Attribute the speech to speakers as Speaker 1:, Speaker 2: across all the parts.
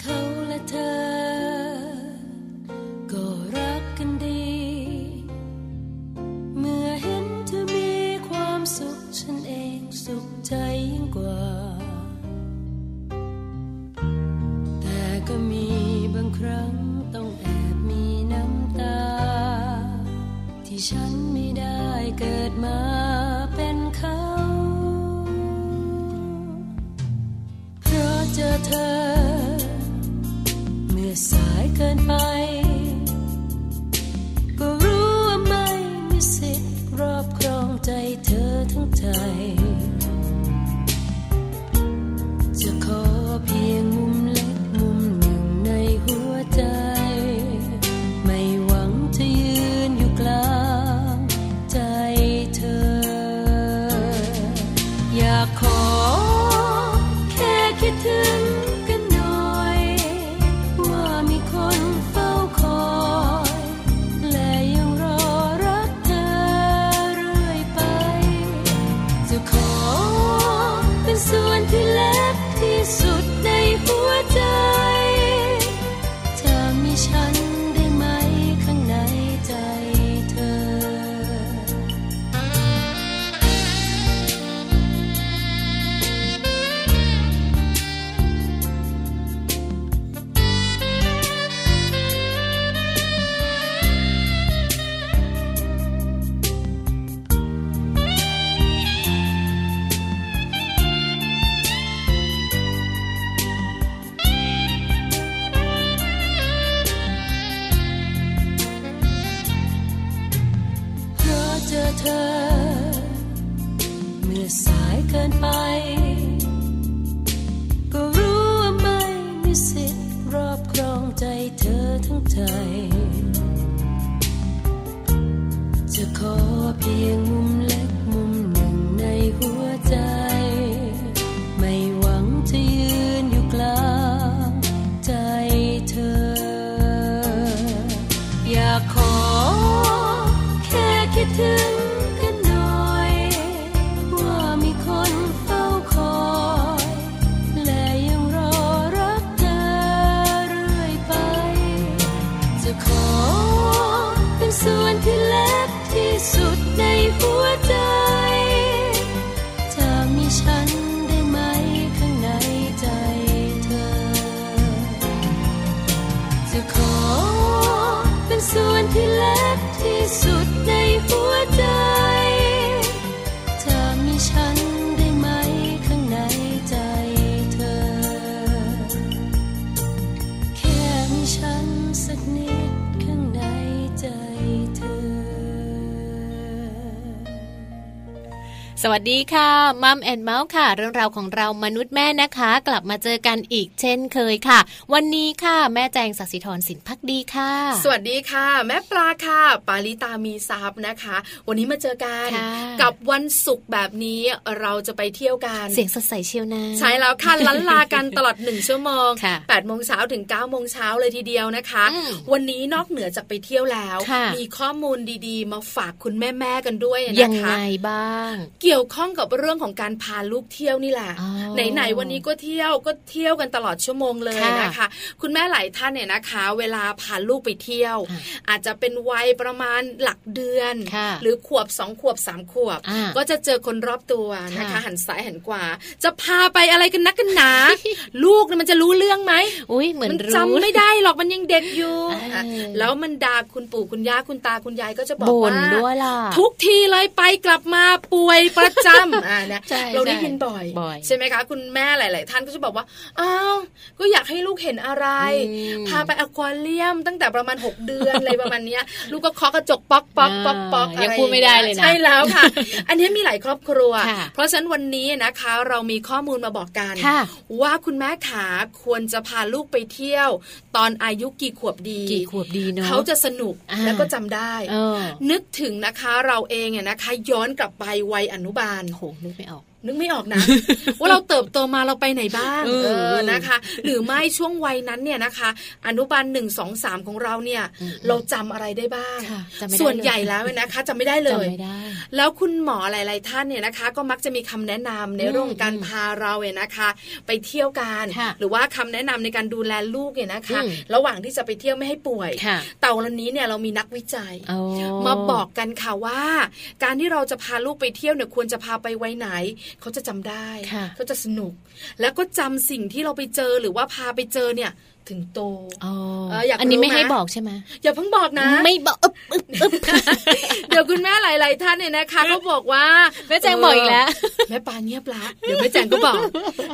Speaker 1: เขาและเธอ ก็รักกันดี เมื่อเห็นเธอมีความสุขฉันเองสุขใจยิ่งกว่า แต่ก็มีบางครั้งต้องแอบมีน้ำตา ที่ฉันไม่ได้เกิดมาเป็นเขา เพราะเจอเธอ เมื่อสายเกินไป ก็รู้ว่าไม่มีสิทธิ์ครอบครองใจเธอทั้งใจ จะขอเพียงมุมเล็กมุมหนึ่งในหัวใจ ไม่หวังจะยืนอยู่กลางใจเธอ อยากขอแค่คิดถึงกันหน่อย ว่ามีคนเฝ้าคอย และยังรอรักเธอเรื่อยไป จะขอเป็นส่วนที่เล็กที่สุดในหัวใจ เธอมีฉันได้ไหมข้างในใจเธอ เพราะเจอเธอ เมื่อสายเกินไป ก็รู้ว่าไม่มีสิทธิ์รอบครองใจเธอทั้งใจ จะขอเพียงมุมเล็กมุมหนึ่งในหัวใจ ไม่หวังจะยืนอยู่กลางใจเธอ อยากขอแค่คิดถึงกันหน่อย ว่ามีคนเฝ้าคอย และยังรอรักเธอเรื่อยไป จะขอเป็นส่วนที่เล็กที่สุดในหัวใจ เธอมีฉันได้ไหมข้างในใจเธอ จะขอเป็นส่วนที่เล็กที่สุดในหัวใจ เธอมีฉันได้ไหมข้างในใจเธอ แค่มีฉันสักนิดข้างในใจเธอ
Speaker 2: สวัสดีค่ะมัมแอนเมาส์ค่ะ เรื่องราวของเรามนุษย์แม่นะคะ กลับมาเจอกันอีกเช่นเคยค่ะ วันนี้ค่ะแม่แจงศักดิ์สิทธรสินพักดีค่ะ
Speaker 3: สวัสดีค่ะ แม่ปลาค่ะ ปาลิตามีซับนะคะ วันนี้มาเจอกัน
Speaker 2: ค่ะ
Speaker 3: กับวันศุกร์แบบนี้เราจะไปเที่ยวกัน
Speaker 2: เสียงสดใสเชียวนะ
Speaker 3: ใช่แล้วค่ะ ลันลากันตลอด 1 ชั่วโมง
Speaker 2: ค่ะ
Speaker 3: 8โมงเช้าถึง9โมงเช้าเลยทีเดียวนะคะ
Speaker 2: อืม
Speaker 3: วันนี้นอกเหนือจากไปเที่ยวแล้ว
Speaker 2: ค่ะ
Speaker 3: มีข้อมูลดีๆ มาฝากคุณแม่ๆกันด้วย
Speaker 2: ยั
Speaker 3: นะ
Speaker 2: ง
Speaker 3: คะ
Speaker 2: ไงบ้าง
Speaker 3: เกี่ยวข้องกับเรื่องของการพาลูกเที่ยวนี่แหละ
Speaker 2: อ๋อ
Speaker 3: ไหนๆวันนี้ก็เที่ยวก็เที่ยวกันตลอดชั่วโมงเลย
Speaker 2: ค่ะ
Speaker 3: นะคะ คุณแม่หลายท่านเนี่ยนะคะ เวลาพาลูกไปเที่ยว
Speaker 2: อ่ะ
Speaker 3: อาจจะเป็นวัยประมาณหลักเดือน
Speaker 2: ค่ะ
Speaker 3: หรือขวบสองขวบสามขวบ
Speaker 2: อ่ะ
Speaker 3: ก็จะเจอคนรอบตัวนะคะ
Speaker 2: ค่ะ
Speaker 3: หันซ้ายหันขวาจะพาไปอะไรกันนักกันหนา ลูกเนี่ยมันจะรู้เรื่องไหม
Speaker 2: อุ้ยเหมือน
Speaker 3: มัน
Speaker 2: รู้
Speaker 3: จำไม่ได้หรอกมันยังเด็กอยู่
Speaker 2: เอออ่
Speaker 3: ะแล้วมันด่าคุณปู่คุณย่าคุณตาคุณยายก็จะบอก
Speaker 2: บ่น
Speaker 3: ว่า
Speaker 2: ด้วยล่ะ
Speaker 3: ทุกทีเลยไปกลับมาป่วยประจ ำ อ่าเนี่ย
Speaker 2: ใช่
Speaker 3: เราได้
Speaker 2: ใช่
Speaker 3: ยินบ่อย
Speaker 2: บ่อย
Speaker 3: ใช่ไหมคะ คุณแม่หลาย ๆ ท่านก็จะบอกว่าอ้าวก็อยากให้ลูกเห็นอะไร
Speaker 2: อืม
Speaker 3: พาไปอควาเรียมตั้งแต่ประมาณ 6 เดือนอะไรประมาณเนี้ย ลูกก็เคาะกระจกป๊อกป๊อกป๊อกป๊อก
Speaker 2: อ่า
Speaker 3: อะไร
Speaker 2: ยังพูดไม่ได้เลยนะ
Speaker 3: ใช่แล้วค่ะ อันนี้มีหลายครอบครัว
Speaker 2: ค่ะ
Speaker 3: เพราะฉะนั้นวันนี้นะคะ เรามีข้อมูลมาบอกกัน
Speaker 2: ค่ะ
Speaker 3: ว่าคุณแม่ขาควรจะพาลูกไปเที่ยว ตอนอายุกี่ขวบดี
Speaker 2: กี่ขวบดีเนาะ
Speaker 3: เขาจะสนุก
Speaker 2: อ่า
Speaker 3: แล้วก็จำได้
Speaker 2: เออ
Speaker 3: นึกถึงนะคะเราเองเนี่ยนะคะ ย้อนกลับไปวัยอ นุบาล
Speaker 2: โหนึกไม่ออก
Speaker 3: นึกไม่ออก นะ ว่าเราเติบโตมาเราไปไหนบ้าง
Speaker 2: เออ
Speaker 3: เออนะคะ หรือไม่ช่วงวัยนั้นเนี่ยนะคะ อนุบาลหนึ่งสองสามของเราเนี่ย
Speaker 2: อืม
Speaker 3: เราจำอะไรได้บ้าง
Speaker 2: ค่ะจำไม่ได้เลย
Speaker 3: ส่วนใหญ่แล้วเนี่ยนะคะจำไม่ได้เล
Speaker 2: จำ
Speaker 3: ย
Speaker 2: ไม่ได้
Speaker 3: แล้วคุณหมอหลาย ๆ ท่านเนี่ยนะคะ ก็มักจะมีคำแนะนำในเรื่องของการ
Speaker 2: อืม
Speaker 3: พาเราเนี่ยนะคะ ไปเที่ยวกัน
Speaker 2: ค่ะ
Speaker 3: หรือว่าคำแนะนำในการดูแลลูกเนี่ยนะคะ
Speaker 2: อืม
Speaker 3: ระหว่างที่จะไปเที่ยวไม่ให้ป่วย
Speaker 2: ค่ะ
Speaker 3: เต่าวันนี้เนี่ยเรามีนักวิจัย
Speaker 2: เอา
Speaker 3: มาบอกกันค่ะว่า การที่เราจะพาลูกไปเที่ยวเนี่ยควรจะพาไปไว้ไหน เขาจะจำได้
Speaker 2: ค่ะ
Speaker 3: เขาจะสนุก แล้วก็จำสิ่งที่เราไปเจอหรือว่าพาไปเจอเนี่ย ถึงโต
Speaker 2: อ๋อ
Speaker 3: เอออยากรู้
Speaker 2: อันนี้ไม่
Speaker 3: นะ
Speaker 2: ให้บอกใช่ไหม
Speaker 3: อย่าเพิ่งบอกนะ
Speaker 2: ไม่บอกอึบอึบอึบ
Speaker 3: เดี๋ยวคุณแม่หลาย ๆ ท่านเนี่ยนะคะก็บอกว่า
Speaker 2: แม่แจงบอกอีกแล้ว
Speaker 3: แม่ปาเงียบละเดี๋ยวแม่แจงก็บอก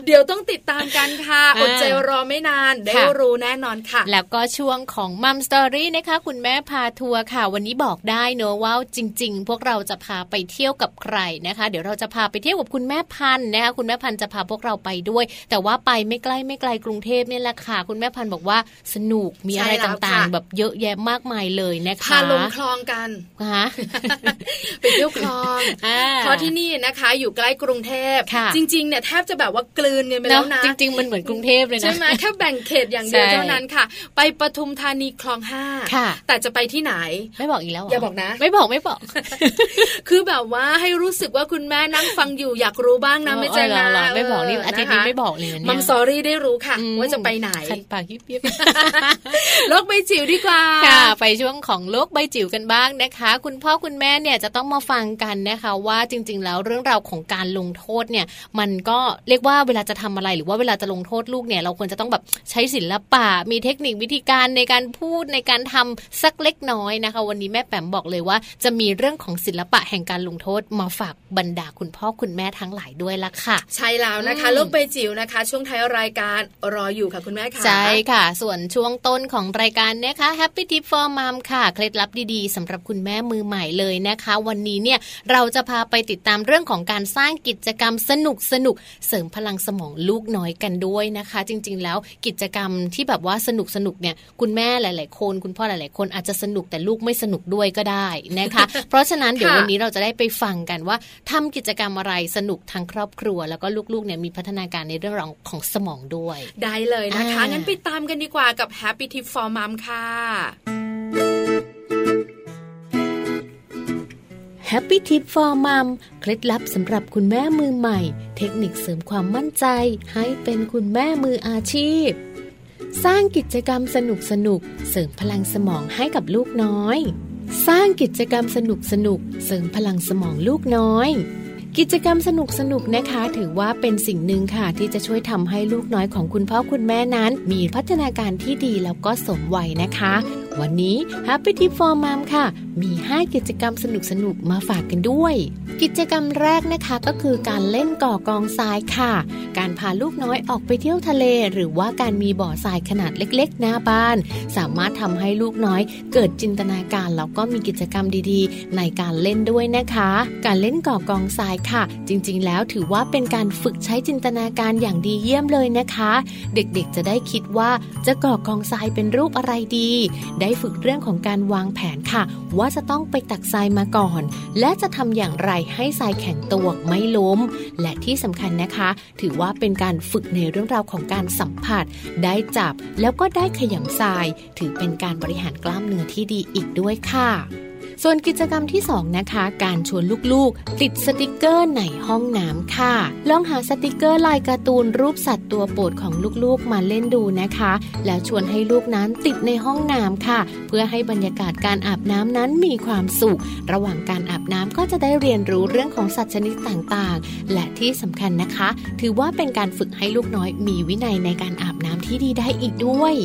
Speaker 3: เดี๋ยวต้องติดตามกันค่ะ
Speaker 2: อ่า
Speaker 3: อดใจรอไม่นานได้
Speaker 2: ค่ะ
Speaker 3: รู้แน่นอนค่ะ
Speaker 2: แล้วก็ช่วงของมัมสตอรี่นะคะ คุณแม่พาทัวร์ค่ะ วันนี้บอกได้เนอะว่าจริง ๆ พวกเราจะพาไปเที่ยวกับใครนะคะ เดี๋ยวเราจะพาไปเที่ยวกับคุณแม่พันธุ์นะคะคุณแม่พันธุ์จะพาพวกเราไปด้วย แต่ว่าไปไม่ใกล้ไม่ไกลกรุงเทพเนี่ยแหละค่ะ คุณแม่พันธุ์บอกว่าสนุกมีอะไร
Speaker 3: ใช่แล้
Speaker 2: ต
Speaker 3: วค่ะ
Speaker 2: ่างๆ แบบเยอะแยะมากมายเลยนะคะ
Speaker 3: พาลงคลองกัน
Speaker 2: ฮะ
Speaker 3: ไปเที่ยวคลอง
Speaker 2: อ่า
Speaker 3: เพราะที่นี่นะคะอยู่ใกล้กรุงเทพ
Speaker 2: ค่ะ
Speaker 3: จริงๆเนี่ยแทบจะแบบว่ากลืนเงินไป
Speaker 2: เน
Speaker 3: แล้
Speaker 2: อะ
Speaker 3: วนะ
Speaker 2: จริง ๆ มันเหมือนกรุงเทพเลยนะ
Speaker 3: ใช่ไหมแค่แบ่งเขตอย่างเดียว
Speaker 2: ใช่
Speaker 3: เท่านั้นค่ะ ไปปทุมธานีคลองห้า
Speaker 2: ค่ะ
Speaker 3: แต่จะไปที่ไหน
Speaker 2: ไม่บอกอีกแล้วเหร
Speaker 3: อย่าบอกนะ
Speaker 2: ไม่บอกไม่บอก
Speaker 3: คือแบบว่าให้รู้สึกว่าคุณแม่นั่งฟังอยู่อยากรู้บ้างนะไม่ใจนะ
Speaker 2: เออเหรอเหรอไม่บอกนี่
Speaker 3: เ
Speaker 2: อาทิตย์นี้ไม่บอกเลยนะเนี่ย
Speaker 3: มัมซอรี่ได้รู้ค่ะ
Speaker 2: อืม
Speaker 3: ว่าจะไปไหน
Speaker 2: ขัดปากยิบยิ บ
Speaker 3: โลกใบจิ๋วดีกว่า
Speaker 2: ค่ะไปช่วงของโลกใบจิ๋วกันบ้างนะคะ คุณพ่อคุณแม่เนี่ยจะต้องมาฟังกันนะคะ ว่าจริง ๆ แล้วเรื่องราวของการลงโทษเนี่ย มันก็เรียกว่าเวลาจะทำอะไรหรือว่าเวลาจะลงโทษลูกเนี่ย เราควรจะต้องแบบใช้ศิลปะ มีเทคนิควิธีการในการพูดในการทำสักเล็กน้อยนะคะ วันนี้แม่แปมบอกเลยว่า จะมีเรื่องของศิลปะแห่งการลงโทษมาฝากบรรดาคุณพ่อคุณแม่ทั้งหลายด้วยละค่ะ
Speaker 3: ใช่แล้วนะคะ
Speaker 2: อืม
Speaker 3: โลกใบจิ๋วนะคะ ช่วงท้ายรายการรออยู่ค่ะคุณแม่ค่ะ
Speaker 2: ใช่ค่ะ ส่วนช่วงต้นของรายการนะคะ Happy Tip for Mom ค่ะ เคล็ดลับดีๆสำหรับคุณแม่มือใหม่เลยนะคะ วันนี้เนี่ยเราจะพาไปติดตามเรื่องของการสร้างกิจกรรมสนุกสนุกๆเสริมพลังสมองลูกน้อยกันด้วยนะคะ จริงๆ แล้วกิจกรรมที่แบบว่าสนุกสนุกๆเนี่ยคุณแม่หลาย ๆ คน คุณพ่อหลาย ๆ คนอาจจะสนุกแต่ลูกไม่สนุกด้วยก็ได้นะคะ เพราะฉะนั้นเดี๋ยว
Speaker 3: ค่ะ
Speaker 2: วันนี้เราจะได้ไปฟังกันว่าทำกิจกรรมอะไรสนุกทั้งครอบครัว แล้วก็ลูกๆเนี่ยมีพัฒนาการในเรื่องของสมองด้วย
Speaker 3: ได้เลยนะคะ
Speaker 2: อ่างั้
Speaker 3: งั้นไปตามกันดีกว่ากับ Happy Tip for Mom ค่ะ
Speaker 2: แฮปปี้ทิป for m มัมเคล็ดลับสำหรับคุณแม่มือใหม่ เทคนิคเสริมความมั่นใจ ให้เป็นคุณแม่มืออาชีพ สร้างกิจกรรมสนุกสนุกๆเสริมพลังสมองให้กับลูกน้อย สร้างกิจกรรมสนุกสนุกๆเสริมพลังสมองลูกน้อย กิจกรรมสนุกสนุกๆนะคะ ถือว่าเป็นสิ่งหนึ่งค่ะ ที่จะช่วยทำให้ลูกน้อยของคุณพ่อคุณแม่นั้น มีพัฒนาการที่ดีแล้วก็สมวัยนะคะ วันนี้ Happy Tip for Mom ค่ะ มี 5 กิจกรรมสนุกสนุกๆมาฝากกันด้วย กิจกรรมแรกนะคะก็คือการเล่นก่อกองทรายค่ะ การพาลูกน้อยออกไปเที่ยวทะเล หรือว่าการมีบ่อทรายขนาดเล็ก ๆ หน้าบ้าน สามารถทำให้ลูกน้อย เกิดจินตนาการแล้วก็มีกิจกรรมดีๆ ในการเล่นด้วยนะคะ การเล่นก่อกองทรายค่ะ จริงๆ แล้วถือว่าเป็นการฝึกใช้จินตนาการอย่างดีเยี่ยมเลยนะคะ เด็กๆ จะได้คิดว่าจะก่อกองทรายเป็นรูปอะไรดี ได้ฝึกเรื่องของการวางแผนค่ะ ว่าจะต้องไปตักทรายมาก่อน และจะทำอย่างไรให้ทรายแข็งตัวไม่ล้ม และที่สำคัญนะคะ ถือว่าเป็นการฝึกในเรื่องราวของการสัมผัส ได้จับแล้วก็ได้ขยำทราย ถือเป็นการบริหารกล้ามเนื้อที่ดีอีกด้วยค่ะ ส่วนกิจกรรมที่ 2 นะคะ การชวนลูกๆ ติดสติกเกอร์ในห้องน้ำค่ะ ลองหาสติกเกอร์ลายการ์ตูนรูปสัตว์ตัวโปรดของลูกๆมาเล่นดูนะคะ แล้วชวนให้ลูกนั้นติดในห้องน้ำค่ะ เพื่อให้บรรยากาศการอาบน้ำนั้นมีความสุข ระหว่างการอาบน้ำก็จะได้เรียนรู้เรื่องของสัตว์ชนิดต่างๆ และที่สำคัญนะคะ ถือว่าเป็นการฝึกให้ลูกน้อยมีวินัยในการอาบน้ำที่ดีได้อีกด้วย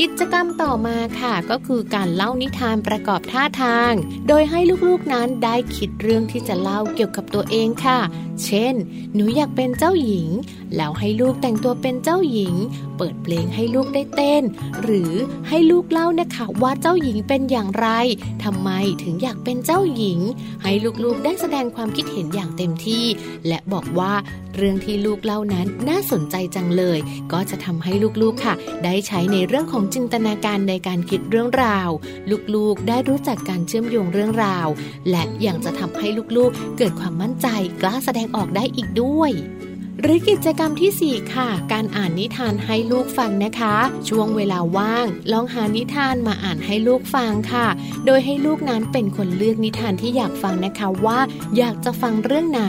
Speaker 2: กิจกรรมต่อมาค่ะก็คือการเล่านิทานประกอบท่าทาง โดยให้ลูกๆนั้นได้คิดเรื่องที่จะเล่าเกี่ยวกับตัวเองค่ะ เช่น หนูอยากเป็นเจ้าหญิง แล้วให้ลูกแต่งตัวเป็นเจ้าหญิง เปิดเพลงให้ลูกได้เต้น หรือให้ลูกเล่านะคะว่าเจ้าหญิงเป็นอย่างไรทำไมถึงอยากเป็นเจ้าหญิง ให้ลูกๆได้แสดงความคิดเห็นอย่างเต็มที่ และบอกว่าเรื่องที่ลูกเล่านั้นน่าสนใจจังเลย ก็จะทำให้ลูกๆค่ะ ได้ใช้ในเรื่องของ จินตนาการในการคิดเรื่องราว ลูกๆได้รู้จักการเชื่อมโยงเรื่องราว และยังจะทำให้ลูกๆ เกิดความมั่นใจกล้าแสดงออกได้อีกด้วย หรือกิจกรรมทีสี่4 ค่ะ การอ่านนิทานให้ลูกฟังนะคะ ช่วงเวลาว่าง ลองหานิทานมาอ่านให้ลูกฟังค่ะ โดยให้ลูกนั้นเป็นคนเลือกนิทานที่อยากฟังนะคะว่า อยากจะฟังเรื่องไหน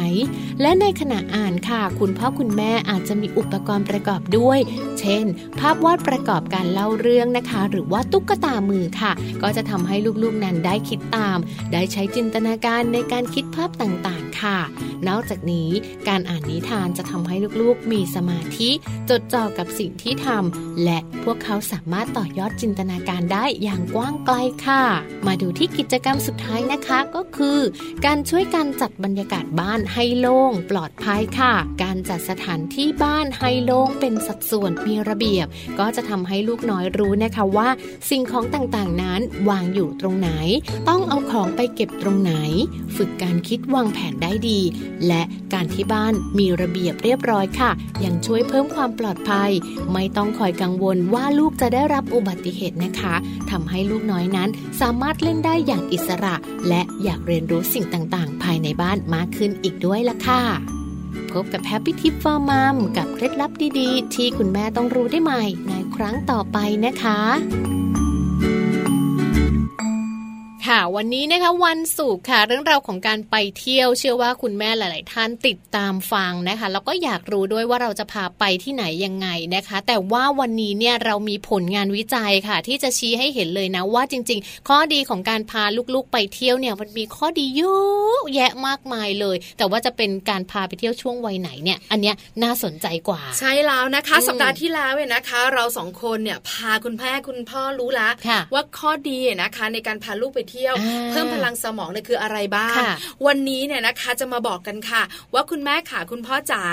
Speaker 2: และในขณะอ่านค่ะ คุณพ่อคุณแม่อาจจะมีอุปกรณ์ประกอบด้วย เช่น ภาพวาดประกอบการเล่าเรื่องนะคะ หรือว่าตุ๊กตามือค่ะ ก็จะทำให้ลูกๆนั้นได้คิดตาม ได้ใช้จินตนาการในการคิดภาพต่างๆ ค่ะ นอกจากนี้การอ่านนิทานจะทำให้ลูกๆ มีสมาธิ จดจ่อกับสิ่งที่ทำและพวกเขาสามารถต่อยอดจินตนาการได้อย่างกว้างไกลค่ะ มาดูที่กิจกรรมสุดท้ายนะคะก็คือ การช่วยกันจัดบรรยากาศบ้านให้โล่งปลอดภัยค่ะ การจัดสถานที่บ้านให้โล่งเป็นสัดส่วนมีระเบียบ ก็จะทำให้ลูกน้อยรู้นะคะว่า สิ่งของต่างๆนั้นวางอยู่ตรงไหน ต้องเอาของไปเก็บตรงไหน ฝึกการคิดวางแผนได้ดี และการที่บ้านมีระเบียบเรียบร้อยค่ะ ยังช่วยเพิ่มความปลอดภัย ไม่ต้องคอยกังวลว่าลูกจะได้รับอุบัติเหตุนะคะทำให้ลูกน้อยนั้นสามารถเล่นได้อย่างอิสระ และอยากเรียนรู้สิ่งต่างๆ ภายในบ้านมากขึ้นอีกด้วยล่ะค่ะ พบกับแฮปปี้ทิปฟอร์มัมกับเคล็ดลับดีๆ ที่คุณแม่ต้องรู้ได้ใหม่ ในครั้งต่อไปนะคะ ค่ะวันนี้นะคะวันศุกร์ค่ะ เรื่องราวของการไปเที่ยว เชื่อว่าคุณแม่หลาย ๆ ท่านติดตามฟังนะคะแล้วก็อยากรู้ด้วยว่าเราจะพาไปที่ไหนยังไงนะคะ แต่ว่าวันนี้เนี่ยเรามีผลงานวิจัยค่ะ ที่จะชี้ให้เห็นเลยนะว่าจริง ๆ ข้อดีของการพาลูก ๆ ไปเที่ยวเนี่ยมันมีข้อดีเยอะแยะมากมายเลย แต่ว่าจะเป็นการพาไปเที่ยวช่วงวัยไหนเนี่ย อันเนี้ยน่าสนใจกว่า
Speaker 3: ใช่แล้วนะคะ
Speaker 2: อืม
Speaker 3: สัปดาห์ที่แล้วเนี่ยนะคะ เราสองคนเนี่ยพาคุณแม่คุณพ่อรู้ละ
Speaker 2: ค่ะ
Speaker 3: ว่าข้อดีนะคะ ในการพาลูกไปเที่ยว
Speaker 2: อ่า
Speaker 3: เพิ่มพลังสมองเนี่ยคืออะไรบ้าง
Speaker 2: ค่ะ
Speaker 3: วันนี้เนี่ยนะคะจะมาบอกกันค่ะ ว่าคุณแม่ค่ะคุณพ่อจ๋า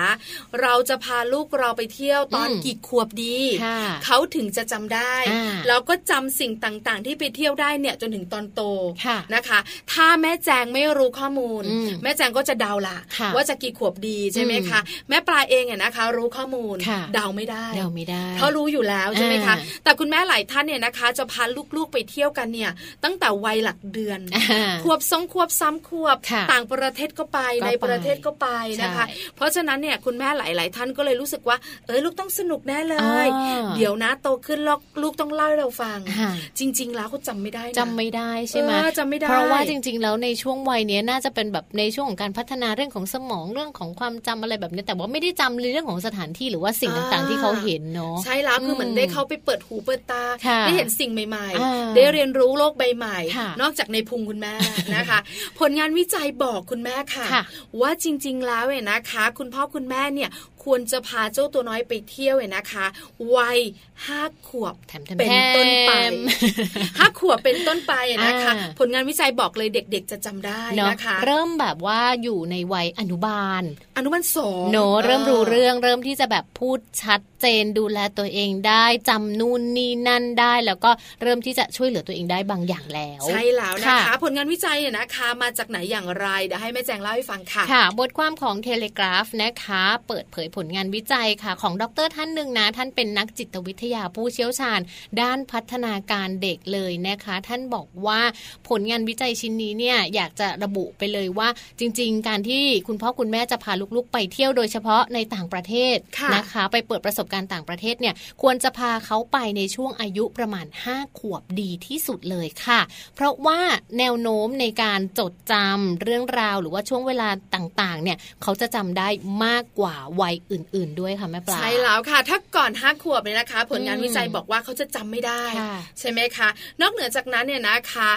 Speaker 3: เราจะพาลูกเราไปเที่ยวตอนกี่ขวบดี
Speaker 2: ค่ะ
Speaker 3: เขาถึงจะจำได้
Speaker 2: อ่า
Speaker 3: แล้วก็จำสิ่งต่างๆ ที่ไปเที่ยวได้เนี่ยจนถึงตอนโต
Speaker 2: ค่ะ
Speaker 3: นะคะ ถ้าแม่แจงไม่รู้ข้อมูล
Speaker 2: อืม
Speaker 3: แม่แจงก็จะเดาล่ะ
Speaker 2: ค่ะ
Speaker 3: ว่าจะกี่ขวบดีใช่ไหม
Speaker 2: อืม
Speaker 3: คะ แม่ปลาเองเนี่ยนะคะ รู้ข้อมูล
Speaker 2: ค่ะ
Speaker 3: เดาไม่ได้
Speaker 2: เดาไม่ได้
Speaker 3: เพราะรู้อยู่แล้วใช่ไหมคะ
Speaker 2: อ่า
Speaker 3: แต่คุณแม่หลายท่านเนี่ยนะคะ จะพาลูกๆไปเที่ยวกันเนี่ย ตั้งแต่วัยหลักเดือน
Speaker 2: อ่า
Speaker 3: ควบสองควบซ้ำควบ
Speaker 2: ค่ะ
Speaker 3: ต่างประเทศก็ไป
Speaker 2: ก็ไป
Speaker 3: ในประเทศก็ไปนะคะ
Speaker 2: ใช่
Speaker 3: เพราะฉะนั้นเนี่ยคุณแม่หลาย ๆ ท่านก็เลยรู้สึกว่า เอ้ยลูกต้องสนุกแน่เลย
Speaker 2: อ่า
Speaker 3: เดี๋ยวนะโตขึ้นลูกลูกต้องเล่าให้เราฟัง
Speaker 2: ค่ะ
Speaker 3: จริง ๆ แล้วเขาจำไม่ได้นะ
Speaker 2: จำไม่ได้ใช่ไหม
Speaker 3: เออจำไม่ได้
Speaker 2: เพราะว่าจริงๆ แล้วในช่วงวัยเนี้ยน่าจะเป็นแบบในช่วงของการพัฒนาเรื่องของสมองเรื่องของความจำอะไรแบบเนี้ยแต่ว่าไม่ได้จำในเรื่องของสถานที่หรือว่าสิ่งต่าง
Speaker 3: อ่า
Speaker 2: ๆ ที่เขาเห็นเนาะ
Speaker 3: ใช่แล้วคือเหมือน
Speaker 2: อืม
Speaker 3: ได้เขาไปเปิดหูเปิดตา
Speaker 2: ค่ะ
Speaker 3: ได้เห็นสิ่งใหม่
Speaker 2: อ่า
Speaker 3: ๆ ได้เรียนรู้โลกใบใหม่
Speaker 2: ค่ะ
Speaker 3: นอกจากในพุงคุณแม่ นะคะ ผลงานวิจัยบอกคุณแม่ค่ะ
Speaker 2: ค่ะ
Speaker 3: ว่าจริง ๆ แล้วเนี่ยนะคะ คุณพ่อคุณแม่เนี่ยควรจะพาเจ้าตัวน้อยไปเที่ยวเนี่ยนะคะวัยห้าขวบ
Speaker 2: แถมๆ
Speaker 3: เป็นต้นไป
Speaker 2: แถม
Speaker 3: ห้าขวบเป็นต้นไปนะคะ
Speaker 2: อ่า
Speaker 3: ผลงานวิจัยบอกเลยเด็ก ๆ จะจำได้
Speaker 2: เนาะ
Speaker 3: นะคะ
Speaker 2: เริ่มแบบว่าอยู่ในวัยอนุบาล
Speaker 3: อนุบาลสอง
Speaker 2: เนาะเริ่มรู้
Speaker 3: อ
Speaker 2: เรื่องเริ่มที่จะแบบพูดชัดเจนดูแลตัวเองได้จำนู่นนี่นั่นได้ แล้วก็เริ่มที่จะช่วยเหลือตัวเองได้บางอย่างแล้ว
Speaker 3: ใช่แล้วนะคะ
Speaker 2: ค่ะ
Speaker 3: ผลงานวิจัยเนี่ยนะคะ มาจากไหนอย่างไร เดี๋ยวให้แม่แจงเล่าให้ฟังค่ะ
Speaker 2: ค่ะ บทความของเทเลกราฟนะคะ เปิดเผยผลงานวิจัยค่ะ ของดรท่านหนึ่งนะ ท่านเป็นนักจิตวิทยาผู้เชี่ยวชาญ ด้านพัฒนาการเด็กเลยนะคะ ท่านบอกว่าผลงานวิจัยชิ้นนี้เนี่ยอยากจะระบุไปเลยว่าจริง ๆ การที่คุณพ่อคุณแม่จะพาลูกๆ ไปเที่ยวโดยเฉพาะในต่างประเทศ
Speaker 3: ค่ะ
Speaker 2: นะคะ ไปเปิดประสบการณ์ต่างประเทศเนี่ยควรจะพาเขาไปในช่วงอายุประมาณ 5 ขวบดีที่สุดเลยค่ะ เพราะว่าแนวโน้มในการจดจำเรื่องราวหรือว่าช่วงเวลาต่างๆ เนี่ย เขาจะจำได้มากกว่าวัยอื่น ๆ ด้วยค่ะแม่ปลา
Speaker 3: ใช่แล้วค่ะ ถ้าก่อนห้าขวบเนี่ยนะคะ ผลงาน
Speaker 2: อืม
Speaker 3: วิจัยบอกว่าเขาจะจำไม่ได้
Speaker 2: ค่ะ
Speaker 3: ใช่ไหมคะ นอกเหนือจากนั้นเนี่ยนะคะ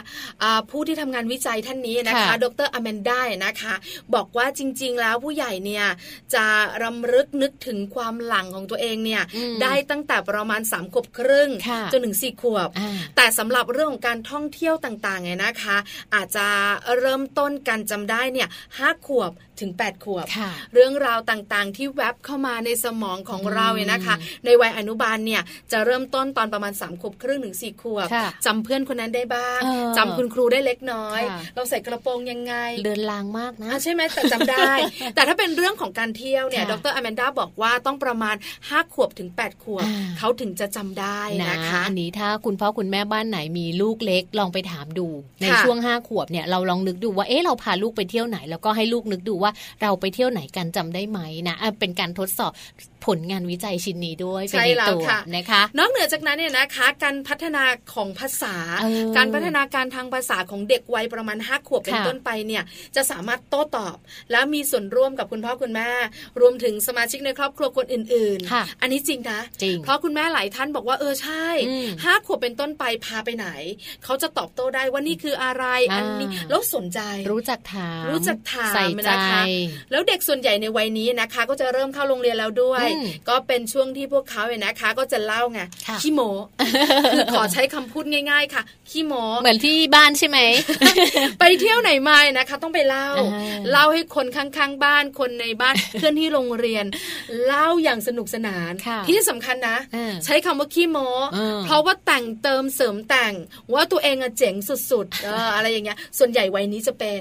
Speaker 3: อ่าผู้ที่ทำงานวิจัยท่านนี้นะคะ
Speaker 2: ค่ะ
Speaker 3: ดรอแมนด้าเนี่ยนะคะ บอกว่าจริง ๆ แล้วผู้ใหญ่เนี่ยจะรำลึกนึกถึงความหลังของตัวเองเนี่ย
Speaker 2: อืม
Speaker 3: ได้ตั้งแต่ประมาณ3ามขวบครึ่ง
Speaker 2: ค่ะ
Speaker 3: จนถึงสี่ขวบ
Speaker 2: อ่า
Speaker 3: แต่สำหรับเรื่องของการท่องเที่ยวต่างๆเนี่ยนะคะ อาจจะเริ่มต้นการจำได้เนี่ยห้าขวบถึง 8 ขวบ
Speaker 2: ค่ะ
Speaker 3: เรื่องราวต่างๆ ที่แวบ บเข้ามาในสมองของเราเนี่ยนะคะ ในวัยอนุบาลเนี่ยจะเริ่มต้นตอนประมาณ3ามขวบครึ่งถึงสี่ขวบ
Speaker 2: ค่ะ
Speaker 3: จำเพื่อนคนนั้นได้บ้าง
Speaker 2: เออ
Speaker 3: จำคุณครูได้เล็กน้อย
Speaker 2: ค่ะ
Speaker 3: เราใส่กระโปรงยังไง
Speaker 2: เดินลางมากนะ
Speaker 3: อ่ะใช่ไหมแต่จำ ได้ แต่ถ้าเป็นเรื่องของการเที่ยวเนี่ย
Speaker 2: ค่ะ
Speaker 3: ดรอแมนดาบอกว่าต้องประมาณ 5 ขวบถึง 8 ขวบ
Speaker 2: อ่า
Speaker 3: เขาถึงจะจำได้นะคะ
Speaker 2: อันนี้ถ้าคุณพ่อคุณแม่บ้านไหนมีลูกเล็กลองไปถามดู ใน
Speaker 3: ค่ะ
Speaker 2: ช่วงห้าขวบเนี่ยเราลองนึกดูว่าเอ๊ะเราพาลูกไปเที่ยวไหน แล้วก็ให้ลูกนึกดูว่าเราไปเที่ยวไหนกันจำได้ไหมนะอ่ะเป็นการทดสอบผลงานวิจัยชิ้นนี้ด้วยเป็น
Speaker 3: ใช่
Speaker 2: ใน
Speaker 3: แล้ว
Speaker 2: ตัว
Speaker 3: ค่ะ
Speaker 2: นะคะ
Speaker 3: นอกเหนือจากนั้นเนี่ยนะคะ การพัฒนาของภาษา
Speaker 2: เออ
Speaker 3: การพัฒนาการทางภาษาของเด็กวัยประมาณ 5 ขวบเป็น
Speaker 2: ค่ะ
Speaker 3: ต้นไปเนี่ยจะสามารถโต้ตอบ และมีส่วนร่วมกับคุณพ่อคุณแม่ รวมถึงสมาชิกในครอบครัวคนอื่น
Speaker 2: ค่ะ
Speaker 3: ๆ อันนี้จริงนะ
Speaker 2: จริง
Speaker 3: เพราะคุณแม่หลายท่านบอกว่าเออใช่
Speaker 2: อืม
Speaker 3: ห้าขวบเป็นต้นไปพาไปไหน เขาจะตอบโต้ได้ว่านี่คืออะไร
Speaker 2: อ่า
Speaker 3: อันนี้แล้วสนใจ
Speaker 2: รู้จักถาม
Speaker 3: รู้จักถาม
Speaker 2: ใส่ใจ
Speaker 3: นะคะ แล้วเด็กส่วนใหญ่ในวัยนี้นะคะ ก็จะเริ่มเข้าโรงเรียนแล้วด้วย
Speaker 2: อืม
Speaker 3: ก็เป็นช่วงที่พวกเขาเนี่ยนะคะ ก็จะเล่าไง
Speaker 2: ค่ะ
Speaker 3: ขี้โมคือขอใช้คำพูดง่าย ๆ ค่ะขี้โม
Speaker 2: เหมือนที่บ้านใช่ไหม
Speaker 3: ไปเที่ยวไหนมาเนี่ยนะคะ ต้องไปเล่า
Speaker 2: อ่า
Speaker 3: เล่าให้คนข้างๆบ้านคนในบ้าน เพื่อนที่โรงเรียน เล่าอย่างสนุกสนาน
Speaker 2: ค่ะ
Speaker 3: ที่สำคัญนะ
Speaker 2: อ่า
Speaker 3: ใช้คำว่าขี้โม
Speaker 2: อ่า
Speaker 3: เพราะว่าแต่งเติมเสริมแต่ง ว่าตัวเองอะเจ๋งสุดๆเอออะไรอย่างเงี้ย ส่วนใหญ่วัยนี้จะเป็น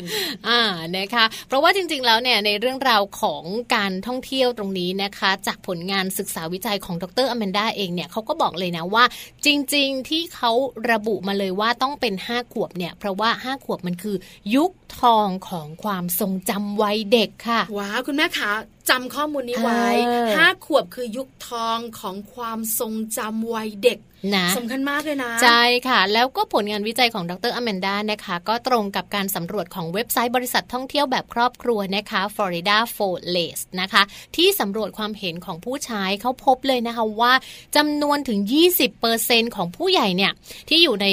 Speaker 2: อ่านะคะ เพราะว่าจริงๆแล้วเนี่ยในเรื่องราวของการท่องเที่ยวตรงนี้นะคะ จากผลงานศึกษาวิจัยของดรอแมนดาเองเนี่ยเขาก็บอกเลยนะว่า จริงๆที่เขาระบุมาเลยว่าต้องเป็น 5 ขวบเนี่ย เพราะว่า 5 ขวบมันคือยุคทองของความทรงจำวัยเด็กค่ะ
Speaker 3: ว้าวคุณแม่ขาจำข้อมูลนี้ไว้
Speaker 2: เออ
Speaker 3: ห้าขวบคือยุคทองของความทรงจำวัยเด็ก
Speaker 2: นะ
Speaker 3: สำคัญมากเลยนะ
Speaker 2: ใช่ค่ะ แล้วก็ผลงานวิจัยของดรอแมนดานะคะ ก็ตรงกับการสำรวจของเว็บไซต์บริษัทท่องเที่ยวแบบครอบครัวนะคะ Florida f o r l e s นะคะ ที่สำรวจความเห็นของผู้ใช้เขาพบเลยนะคะว่าจำนวนถึง 20%ของผู้ใหญ่เนี่ย ที่อยู่ใน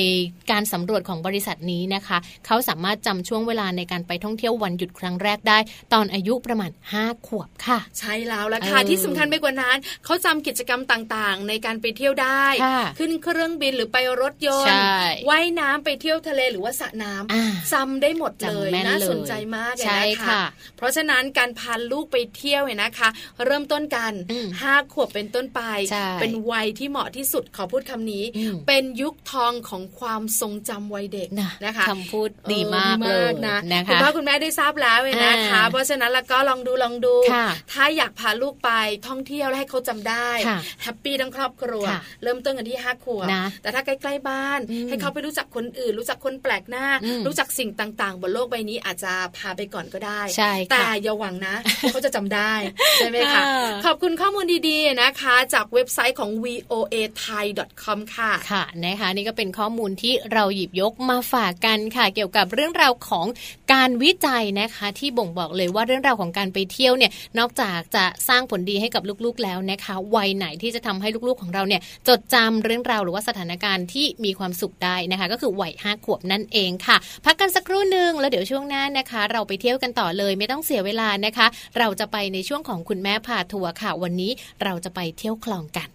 Speaker 2: การสำรวจของบริษัทนี้นะคะ เขาสามารถจำช่วงเวลาในการไปท่องเที่ยววันหยุดครั้งแรกได้ ตอนอายุประมาณ 5 ขวบค่ะ
Speaker 3: ใช่แล้วละค่ะ
Speaker 2: เออ
Speaker 3: ที่สำคัญไปกว่านั้นเขาจำกิจกรรมต่างๆ ในการไปเที่ยวได้
Speaker 2: ค่ะ
Speaker 3: ขึ้นเครื่องบินหรือไปรถยน
Speaker 2: ใช่
Speaker 3: ต์ว่ายน้ำไปเที่ยวทะเลหรือว่าสระน้ำ
Speaker 2: อ่า
Speaker 3: จำได้หมดเลย
Speaker 2: จำแม่น
Speaker 3: น่า
Speaker 2: เลย
Speaker 3: สนใจมากเลย
Speaker 2: ใช่
Speaker 3: นะ
Speaker 2: ค่ะ
Speaker 3: คะเพราะฉะนั้นการพาลูกไปเที่ยวเนี่ยนะคะ เริ่มต้นกัน
Speaker 2: อืม
Speaker 3: ห้าขวบเป็นต้นไป
Speaker 2: ใช่
Speaker 3: เป็นวัยที่เหมาะที่สุดขอพูดคำนี้
Speaker 2: อืม
Speaker 3: เป็นยุคทองของความทรงจำวัยเด็ก
Speaker 2: นะ
Speaker 3: นะคะ
Speaker 2: คำพูดดีมากเล
Speaker 3: ออย ดีนะ
Speaker 2: นะ
Speaker 3: คุณ
Speaker 2: คะ
Speaker 3: พ่อคุณแม่ได้ทราบแล้วเลยนะคะ
Speaker 2: อ่า
Speaker 3: เพราะฉะนั้นแล้วก็ลองดูลองดู
Speaker 2: ค่ะ
Speaker 3: ถ้าอยากพาลูกไปท่องเที่ยวแล้วให้เขาจำได้
Speaker 2: ค่ะ
Speaker 3: แฮปปี้ทั้งครอบครัว
Speaker 2: ค่ะ
Speaker 3: เริ่มต้นกันที่ห้าขวบ
Speaker 2: นะ
Speaker 3: แต่ถ้าใกล้ๆบ้าน
Speaker 2: อืม
Speaker 3: ให้เขาไปรู้จักคนอื่น รู้จักคนแปลกหน้า
Speaker 2: อืม
Speaker 3: รู้จักสิ่งต่างๆ บนโลกใบนี้อาจจะพาไปก่อนก็ได้
Speaker 2: ใช่ค่ะ
Speaker 3: แต่อย่าหวัง นะ เขาจะจำได้ใช่ไหมคะ
Speaker 2: อ่า
Speaker 3: ขอบคุณข้อมูลดีๆนะคะ จากเว็บไซต์ของ voa thai com ค่ะ
Speaker 2: ค่ะนะคะนี่ก็เป็นข้อมูลที่เราหยิบยกมาฝากกันค่ะ เกี่ยวกับเรื่องราวของการวิจัยนะคะ ที่บ่งบอกเลยว่าเรื่องราวของการไปเที่ยวเนี่ยนอกจากจะสร้างผลดีให้กับลูกๆแล้วนะคะวัยไหนที่จะทำให้ลูกๆของเราเนี่ยจดจำเรื่องราวหรือว่าสถานการณ์ที่มีความสุขได้นะคะ ก็คือวัยห้าขวบนั่นเองค่ะ พักกันสักครู่หนึ่งแล้วเดี๋ยวช่วงหน้านะคะ เราไปเที่ยวกันต่อเลยไม่ต้องเสียเวลานะคะ เราจะไปในช่วงของคุณแม่พาทัวร์ค่ะ วันนี้เราจะไปเที่ยวคลองกัน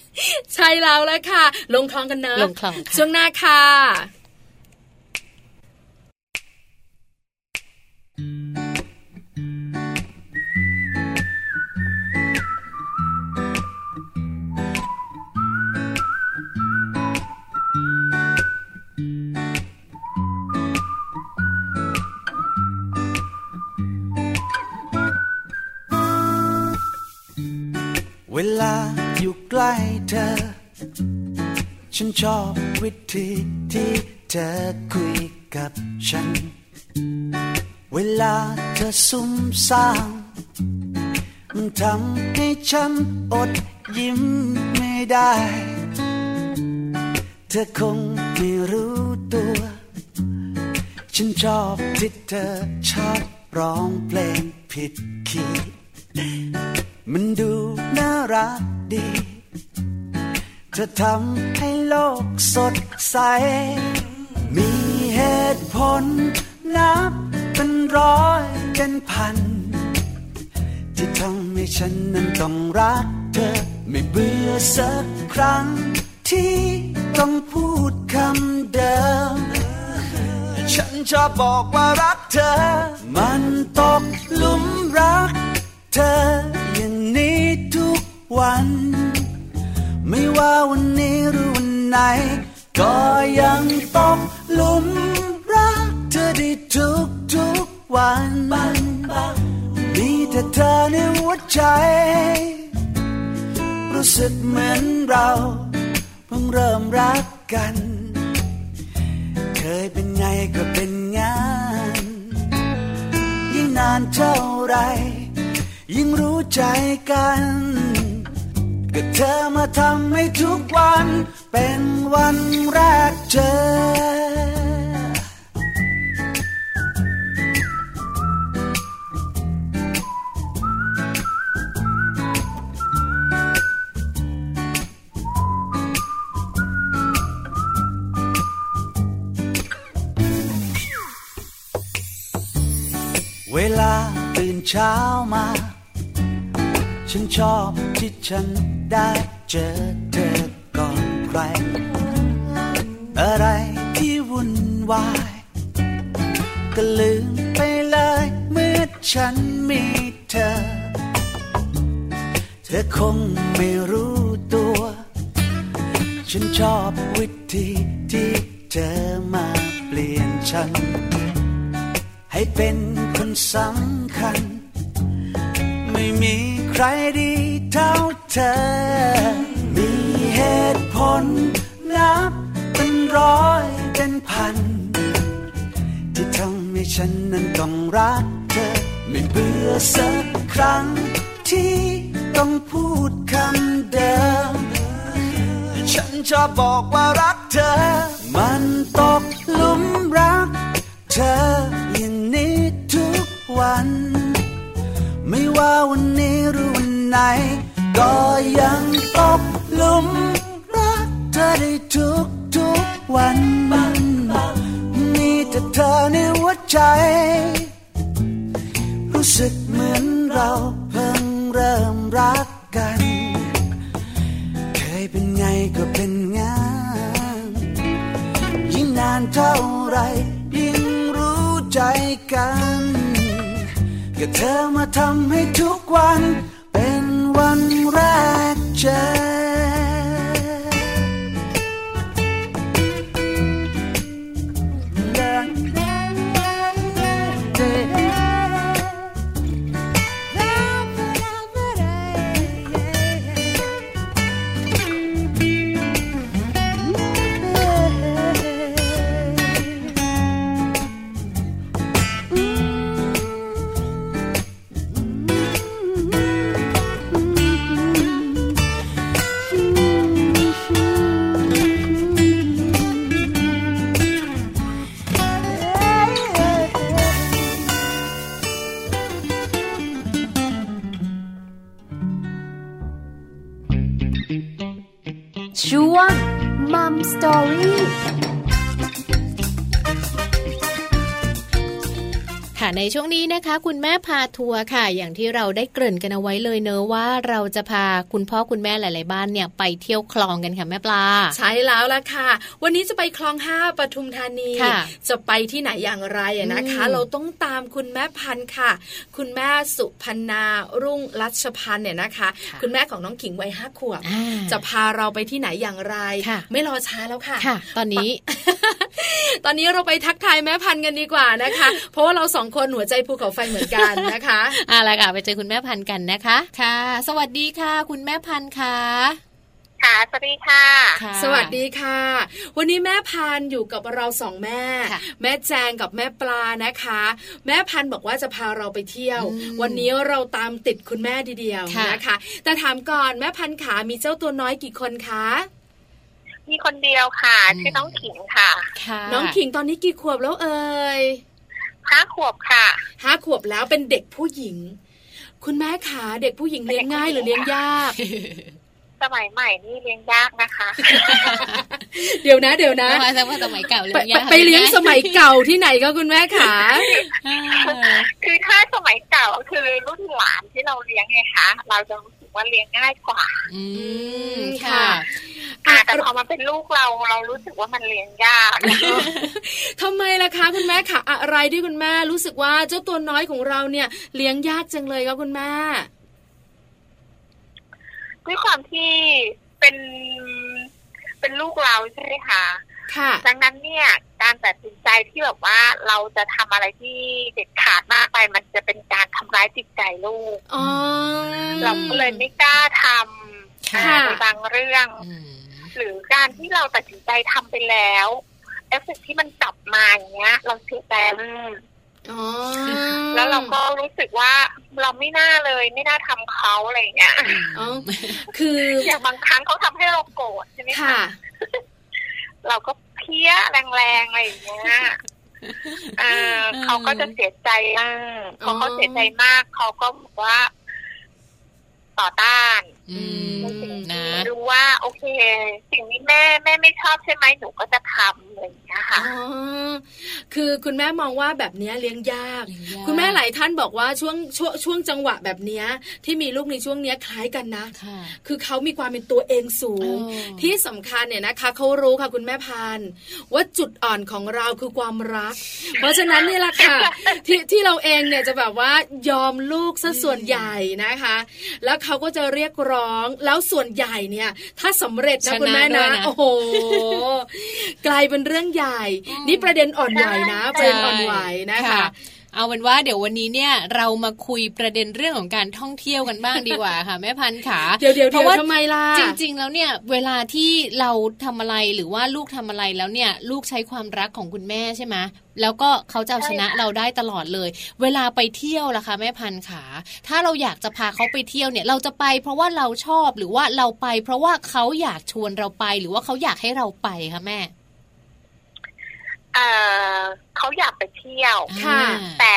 Speaker 3: ใช่แล้วละค่ะ ลงคลองกันเนอะ
Speaker 2: ลงคลองค่ะ
Speaker 3: ช่วงหน้าค่ะ
Speaker 4: เวลาอยู่ใกล้เธอ ฉันชอบวิธีที่เธอคุยกับฉัน เวลาเธอซุ่มซ่ามมันทำให้ฉันอดยิ้มไม่ได้ เธอคงไม่รู้ตัว ฉันชอบที่เธอชอบร้องเพลงผิดคีย์ มันดูน่ารักดี เธอทำให้โลกสดใส มีเหตุผลนับเป็นร้อยเป็นพัน ที่ทำให้ฉันนั้นต้องรักเธอ ไม่เบื่อสักครั้ง ที่ต้องพูดคำเดิม ฉันชอบบอกว่ารักเธอ มันตกหลุมรัก เธออย่างนี้ ก็ยังต้องหลุมรักเธอได้ทุกทุกๆวันมีแต่เธอในหัวใจ รู้สึกเหมือนเราเพิ่งเริ่มรักกัน เคยเป็นไงก็เป็นงาน ยิ่งนานเท่าไร ยิ่งรู้ใจกัน ก็เธอมาทำให้ทุกวัน เป็นวันแรกเจอ เวลาตื่นเช้ามา ฉันชอบที่ฉันได้เจอเธอก่อนใคร อะไรที่วุ่นวาย ก็ลืมไปเลยเมื่อฉันมีเธอ เธอคงไม่รู้ตัว ฉันชอบวิธีที่เธอมาเปลี่ยนฉัน ให้เป็นคนสำคัญ ไม่มีใครดีเท่าเธอ มีเหตุผลนับเป็นร้อยเป็นพัน ที่ทำให้ฉันนั้นต้องรักเธอ ไม่เบื่อสักครั้ง ที่ต้องพูดคำเดิม ฉันจะบอกว่ารักเธอ มันตกหลุมรัก เธออย่างนี้ทุกวัน ไม่ว่าวันนี้หรือวันไหน ก็ยังตกหลุมรักเธอได้ทุกทุกๆวันมีแต่เธอในหัวใจ รู้สึกเหมือนเราเพิ่งเริ่มรักกัน เคยเป็นไงก็เป็นงาน ยิ่งนานเท่าไร ยิ่งรู้ใจกัน ก็เธอมาทำให้ทุกวัน เป็นวันแรกเจอ
Speaker 5: ช่วงมัมสตอรี่
Speaker 2: ค่ะในช่วงนี้นะคะ คุณแม่พาทัวร์ค่ะ อย่างที่เราได้เกริ่นกันเอาไว้เลยเนอะว่าเราจะพาคุณพ่อคุณแม่หลาย ๆ บ้านเนี่ย ไปเที่ยวคลองกันค่ะแม่ปลา
Speaker 3: ใช่แล้วล่ะค่ะ วันนี้จะไปคลองห้าปทุมธานี
Speaker 2: ค่ะ
Speaker 3: จะไปที่ไหนอย่างไรอะนะคะ
Speaker 2: อืม
Speaker 3: เราต้องตามคุณแม่พันธุ์ค่ะ คุณแม่สุพันนารุ่งรัชพันธ์เนี่ยนะคะ คุณแม่ของน้องขิงวัยห้าขวบ
Speaker 2: อ่า
Speaker 3: จะพาเราไปที่ไหนอย่างไร
Speaker 2: ค่ะ
Speaker 3: ไม่รอช้าแล้วค่ะ
Speaker 2: ค่ะ ตอนนี้
Speaker 3: ตอนนี้เราไปทักทายแม่พันธุ์กันดีกว่านะคะ เพราะว่าเราสองคนหัวใจภูเขาไฟเหมือนกันนะคะ
Speaker 2: เอาละค่ะไปเจอคุณแม่พันธุ์กันนะคะ ค่ะ สวัสดีค่ะ คุณแม่พันธุ์ค่ะ
Speaker 6: ค่ะสวัสดีค่ะ
Speaker 2: ค่ะ
Speaker 3: สวัสดีค่ะ วันนี้แม่พันธุ์อยู่กับเราสองแม่
Speaker 2: ค่ะ
Speaker 3: แม่แจงกับแม่ปลานะคะ แม่พันธุ์บอกว่าจะพาเราไปเที่ยว วันนี้เราตามติดคุณแม่ดีเดียวนะคะ แต่ถามก่อนแม่พันธุ์ขามีเจ้าตัวน้อยกี่คนคะ
Speaker 6: มีคนเดียวค่ะ
Speaker 2: อืม
Speaker 6: ชื่อน้องขิงค่ะ
Speaker 2: ค่ะ
Speaker 3: น้องขิงตอนนี้กี่ขวบแล้วเอ่ย
Speaker 6: ห้าขวบค่ะ
Speaker 3: ห้าขวบแล้วเป็นเด็กผู้หญิง คุณแม่ขาเด็กผู้หญิงเลี้ยงง่ายหรือเลี้ยงยาก
Speaker 6: สมัยใหม่นี่เลี้ยงยากนะคะ
Speaker 3: เดี๋ยวนะเดี๋ยวนะ
Speaker 2: เอามาสมัยสมัยเก่าเลย
Speaker 3: ไป
Speaker 2: ยาก
Speaker 3: ไปเลี้ยงสมัยเก่าที่ไหนก็คุณแม่ขา
Speaker 2: อ่า
Speaker 6: คือถ้าสมัยเก่าคือรุ่นหลานที่เราเลี้ยงไงคะเราจะรู้สึกว่าเลี้ยงง่ายกว่า
Speaker 2: อืม
Speaker 3: มค่ะ
Speaker 2: ค่ะ
Speaker 6: อ่ะแต่พอมาเป็นลูกเราเรารู้สึกว่ามันเลี้ยงยาก
Speaker 3: ทำไมล่ะคะคุณแม่ขาอะไรที่คุณแม่รู้สึกว่าเจ้าตัวน้อยของเราเนี่ยเลี้ยงยากจังเลยครับคุณแม่
Speaker 6: ด้วยความที่เป็น เป็น เป็นลูกเราใช่ไหมคะ
Speaker 3: ค่ะ
Speaker 6: ดังนั้นเนี่ย การตัดสินใจที่แบบว่าเราจะทำอะไรที่เด็ดขาดมากไป มันจะเป็นการทำร้ายจิตใจลูก
Speaker 3: อ๋อ
Speaker 6: เราก็เลยไม่กล้าทำ
Speaker 2: ค่ะ
Speaker 6: อ่าในบางเรื่อง
Speaker 2: อืม
Speaker 6: หรือการที่เราตัดสินใจทำไปแล้วเอฟเฟกต์ที่มันกลับมาอย่างเงี้ย เราเสียใจมาก
Speaker 3: อ๋อ
Speaker 6: แล้วเราก็รู้สึกว่าเราไม่น่าเลย ไม่น่าทำเขาอะไรอย่างเงี้ย
Speaker 3: อ๋อคือ
Speaker 6: อย่างบางครั้งเขาทำให้เราโกรธใช่ไหม
Speaker 3: ค่ะ
Speaker 6: เราก็เพี้ยแรงๆอะไรอย่างเงี้ยเออเขาก็จะเสียใจมากพอเขาเสียใจมาก เขาก็บอกว่า ต่อต้าน
Speaker 2: อืมนะ
Speaker 6: ดูว่า โอเค สิ่งนี้แม่แม่ไม่ชอบใช่ไหมหนูก็จะทำอะไรอย่างเงี้ยค่ะ
Speaker 3: อ๋อ คือคุณแม่มองว่าแบบเนี้ยเลี้ยงยาก
Speaker 2: เลี้ยงยาก
Speaker 3: คุณแม่หลายท่านบอกว่าช่วงช่วงช่วงจังหวะแบบเนี้ย ที่มีลูกในช่วงเนี้ยคล้ายกันนะ
Speaker 2: ค่ะ
Speaker 3: คือเขามีความเป็นตัวเองสูง
Speaker 2: เออ
Speaker 3: ที่สำคัญเนี่ยนะคะเขารู้ค่ะคุณแม่พันธุ์ว่าจุดอ่อนของเราคือความรัก เพราะฉะนั้นเนี่ยแหละ ค่ะ ที่ที่เราเองเนี่ยจะแบบว่ายอมลูกซะส่วนใหญ่นะคะ แล้วเขาก็จะเรียกร้องแล้วส่วนใหญ่เนี่ย ถ้าสำเร็จนะ
Speaker 2: ชนะ
Speaker 3: คุณแม่
Speaker 2: ด้ว
Speaker 3: นะ
Speaker 2: ยนะ
Speaker 3: โอ้โห กลายเป็นเรื่องใหญ่ นี่ประเด็นอ่อนไหวนะประเด็นอ่อนไหวนะคะ
Speaker 2: เอาเป็นว่าเดี๋ยววันนี้เนี่ยเรามาคุยประเด็นเรื่องของการท่องเที่ยวกันบ้างดีกว่าค่ะ แม่พันธุ์ขา
Speaker 3: เดี๋ยวเดี๋ยว
Speaker 2: เพราะว่า
Speaker 3: ทำไมล่ะ
Speaker 2: จริง ๆ แล้วเนี่ย เวลาที่เราทำอะไรหรือว่าลูกทำอะไรแล้วเนี่ย ลูกใช้ความรักของคุณแม่ใช่ไหมแล้วก็เขาจะเอาชนะเราได้ตลอดเลย เวลาไปเที่ยวล่ะคะแม่พันธุ์ขา ถ้าเราอยากจะพาเขาไปเที่ยวเนี่ย เราจะไปเพราะว่าเราชอบหรือว่าเราไป เพราะว่าเขาอยากชวนเราไปหรือว่าเขาอยากให้เราไปคะแม่
Speaker 6: เออเขาอยากไปเที่ยว
Speaker 3: ค่ะ
Speaker 2: อ่า
Speaker 6: แต่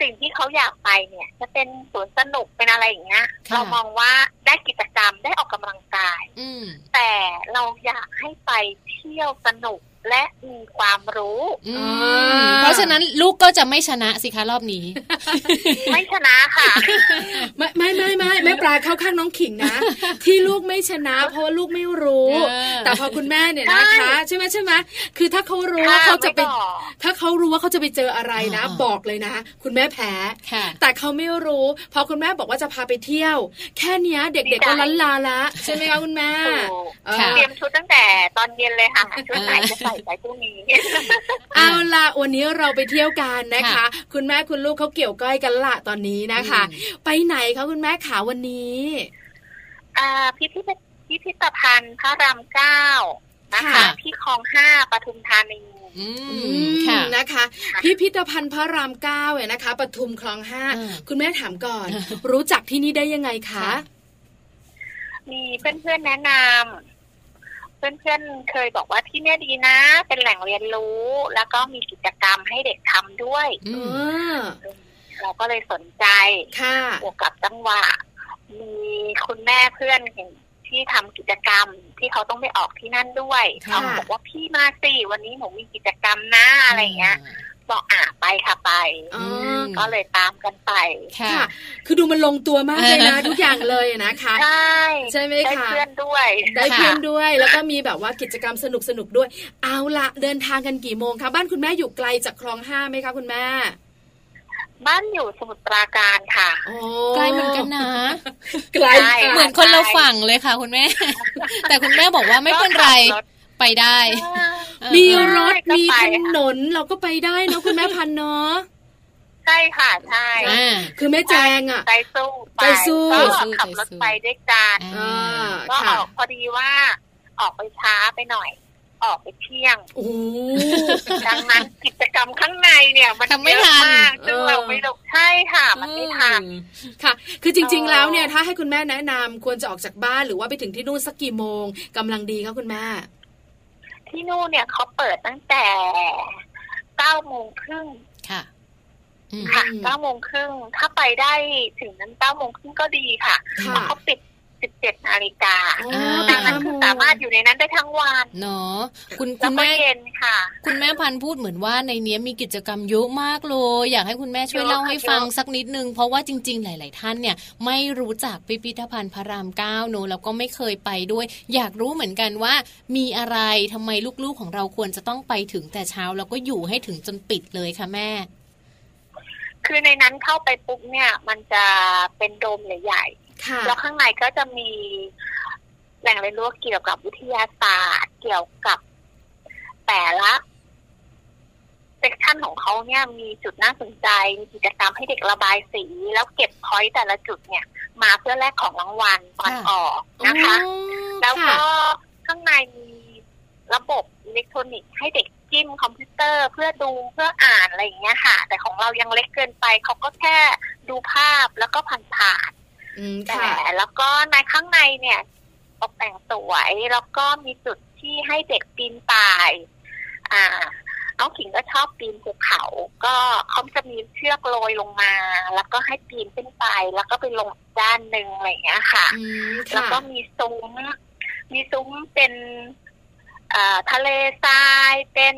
Speaker 6: สิ่งที่เขาอยากไปเนี่ย จะเป็นสวนสนุกเป็นอะไรอย่างเงี้ย
Speaker 2: ค่ะ
Speaker 6: เรามองว่าได้กิจกรรมได้ออกกำลังกาย
Speaker 2: อืม
Speaker 6: แต่เราอยากให้ไปเที่ยวสนุกและมีความรู้
Speaker 2: อื
Speaker 3: อ่
Speaker 2: มา เพราะฉะนั้นลูกก็จะไม่ชนะสิคะรอบนี้
Speaker 6: ไม่ชนะค่ะ
Speaker 3: ไม่ไม่ไม่ไม่แม่ปลาเข้าข้างน้องขิงนะ ที่ลูกไม่ชนะ เพราะว่าลูกไม่รู้
Speaker 2: เออ
Speaker 3: แต่พอคุณแม่เนี่ยนะคะ ใช่ไหมใช่ไหมคือถ้าเขารู้ว่าเขาจะไป
Speaker 6: ม่บอก
Speaker 3: ถ้าเขารู้ว่าเขาจะไปเจออะไรนะ
Speaker 2: อ่า
Speaker 3: บอกเลยนะ คุณแม่แพ้
Speaker 2: ค่ะ
Speaker 3: แต่เขาไม่รู้ พอคุณแม่บอกว่าจะพาไปเที่ยว แค่เนี้ยเด็กๆ
Speaker 6: ดีใจ
Speaker 3: ก็ล้านลาละใช่ไหมคะคุณแม่
Speaker 6: ถูก
Speaker 3: เออ
Speaker 6: เตรียมชุดตั้งแต่ตอนเย็นเลยค่ะ ชุดไหนจะใส่ไปพรุ่งนี้
Speaker 3: เอาล่ะวันนี้เราไปเที่ยวกันนะคะ
Speaker 2: ค่ะ
Speaker 3: คุณแม่คุณลูกเขาเกี่ยวก้อยกันละตอนนี้นะคะ
Speaker 2: อื
Speaker 3: ไปไหนคะคุณแม่ขาวันนี้
Speaker 6: อ่าพิพิธพิพิธภัณฑ์พระรามเก้านะคะ
Speaker 2: ค่ะ
Speaker 6: ที่คลองห้าปทุมธานี
Speaker 2: อื
Speaker 3: อื
Speaker 2: ม
Speaker 3: ม
Speaker 2: ค่ะ
Speaker 3: นะคะ พิพิธภัณฑ์พระรามเก้าเนี่ยนะคะปทุมคลองห้า
Speaker 2: อ่า
Speaker 3: คุณแม่ถามก่อน
Speaker 2: อ่า
Speaker 3: รู้จักที่นี่ได้ยังไงคะ
Speaker 2: ค่ะ
Speaker 6: มีเพื่อนๆแนะนำเพื่อนๆเคยบอกว่าที่เนี่ยดีนะ เป็นแหล่งเรียนรู้ แล้วก็มีกิจกรรมให้เด็กทำด้วย
Speaker 2: อื
Speaker 3: เอ
Speaker 2: ม
Speaker 3: อ
Speaker 6: เราก็เลยสนใจ
Speaker 3: ค่ะ
Speaker 6: บวกกับจังหวะ มีคุณแม่เพื่อนเห็นที่ทำกิจกรรม ที่เขาต้องไปออกที่นั่นด้วย
Speaker 3: ค่ะ
Speaker 6: เขาบอกว่าพี่มาสิวันนี้หนูมีกิจกรรมนะอะไรอย่างเงี้ย บอกอ่ะไปค่ะไป
Speaker 3: อ๋ออ
Speaker 6: ก็เลยตามกันไป
Speaker 2: ค่ะ
Speaker 3: ค่ะ คือดูมันลงตัวมากเลยนะ ทุกอย่างเลยนะคะ
Speaker 6: ใช่
Speaker 3: ใช่ไหม
Speaker 6: ได้
Speaker 3: คะ
Speaker 6: เพื่อนด้วย
Speaker 3: ได้เพื่อนด้วย แล้วก็มีแบบว่ากิจกรรมสนุกสนุกๆด้วย เอาละเดินทางกันกี่โมงคะบ้านคุณแม่อยู่ไกลจากคลองห้าไหมคะคุณแม่
Speaker 6: บ้านอยู่สมุทรปราการค่ะ
Speaker 3: โอ้
Speaker 2: ใกล้เหมือนกันนะ
Speaker 3: ไกล
Speaker 6: ใช่
Speaker 3: ค่ะ
Speaker 2: เหมือนคนเราฝั่งเลยค่ะ คุณแม่ แต่คุณแม่บอกว่าไม่เป็นไร
Speaker 6: ก็ขับถ
Speaker 2: ไปได้เออ
Speaker 3: มีรถ
Speaker 6: ก็
Speaker 3: มี
Speaker 6: ไป
Speaker 3: ถ
Speaker 6: ค่ะ
Speaker 3: นนเราก็ไปได้เนอะคุณแม่พันธุ์เนาะ
Speaker 6: ใช่ค่ะใช่
Speaker 2: อ่า
Speaker 3: คือแม่แจงอ่ะ
Speaker 6: ใจสู้ไป
Speaker 3: ใจสู้
Speaker 6: ก็ขับรถไปด้วยกัน
Speaker 2: อ่า
Speaker 3: อ่า
Speaker 6: ก็อ
Speaker 3: ค่ะ
Speaker 6: อกพอดีว่า ออกไปช้าไปหน่อย ออกไปเที่ยง
Speaker 3: โอ้
Speaker 6: ดังนั้นกิจกรรมข้างในเนี่ย มัน
Speaker 2: ทำไม่
Speaker 6: เยอะ
Speaker 2: ทัน
Speaker 6: มากซึ่ง
Speaker 3: เออ
Speaker 6: เราไม่ลงใช่ค่ะ มันไม่ทัน
Speaker 3: ค่ะ คือจริง ๆ
Speaker 6: เอ่อ
Speaker 3: แล้วเนี่ยถ้าให้คุณแม่แนะนำควรจะออกจากบ้านหรือว่าไปถึงที่นู่นสักกี่โมงกำลังดีคะคุณแม่
Speaker 6: ที่นู่นเนี่ยเขาเปิดตั้งแต่เก้าโมงครึ่ง
Speaker 2: ค่ะอืม
Speaker 6: ค่ะ
Speaker 3: อืม
Speaker 6: เก้าโมงครึ่งถ้าไปได้ถึงนั้นเก้าโมงครึ่งก็ดีค่ะ
Speaker 3: ค่ะ
Speaker 6: เพราะเขาปิดสิบเจ็ดนาฬิกา
Speaker 3: อ๋อ
Speaker 2: อ่า
Speaker 3: ไป
Speaker 6: ดังนั้น
Speaker 3: ห้โ
Speaker 6: คือสามารถอยู่ในนั้นได้ทั้งวัน
Speaker 2: เนาะคุณคุณ
Speaker 6: แล้วก็
Speaker 2: แม่
Speaker 6: เย็นค่ะ
Speaker 2: คุณแม่พันธุ์พูดเหมือนว่าในเนี้ยมีกิจกรรมเยอะมากเลย อยากให้คุณแม่ช่วยเล่าให้ฟังสักนิดนึง เพราะว่าจริง ๆ หลาย ๆ ท่านเนี่ย ไม่รู้จักพิพิธภัณฑ์พระรามเก้าเนอะแล้วก็ไม่เคยไปด้วย อยากรู้เหมือนกันว่า มีอะไรทำไมลูก ๆ ของเราควรจะต้องไปถึงแต่เช้า แล้วก็อยู่ให้ถึงจนปิดเลยค่ะแม่
Speaker 6: คือในนั้นเข้าไปปุ๊บเนี่ย มันจะเป็นโดมใหญ่
Speaker 3: ค่ะ
Speaker 6: ๆแล้วข้างในก็จะมี แหล่งเรียนรู้เกี่ยวกับวิทยาศาสตร์เกี่ยวกับแต่ละเซกชันของเขาเนี่ยมีจุดน่าสนใจมีกิจกรรมให้เด็กระบายสี แล้วเก็บพอยต์แต่ละจุดเนี่ย มาเพื่อแลกของรางวัลตอนออกนะคะ แล้วก็ข้างในมีระบบอิเล็กทรอนิกส์ให้เด็กจิ้มคอมพิวเตอร์เพื่อดูเพื่ออ่านอะไรอย่างเงี้ยค่ะ แต่ของเรายังเล็กเกินไปเขาก็แค่ดูภาพแล้วก็ผ่านผ่าน
Speaker 3: อืม
Speaker 6: ๆ
Speaker 3: ค่ะ
Speaker 6: แต่แล้วก็ในข้างในเนี่ยตกแต่งสวยแล้วก็มีจุดที่ให้เด็กปีนป่าย อ่าน้องขิงก็ชอบปีนภูเขา ก็เขาจะมีเชือกโรยลงมา แล้วก็ให้ปีนขึ้นไป แล้วก็ไปลงอีกด้านหนึ่งอะไรอย่างเงี้ยค่ะ
Speaker 3: อืม
Speaker 6: แล้
Speaker 3: ค่ะ
Speaker 6: วก็มีซุ้ม มีซุ้มเป็นเอ่อทะเลทราย เป็น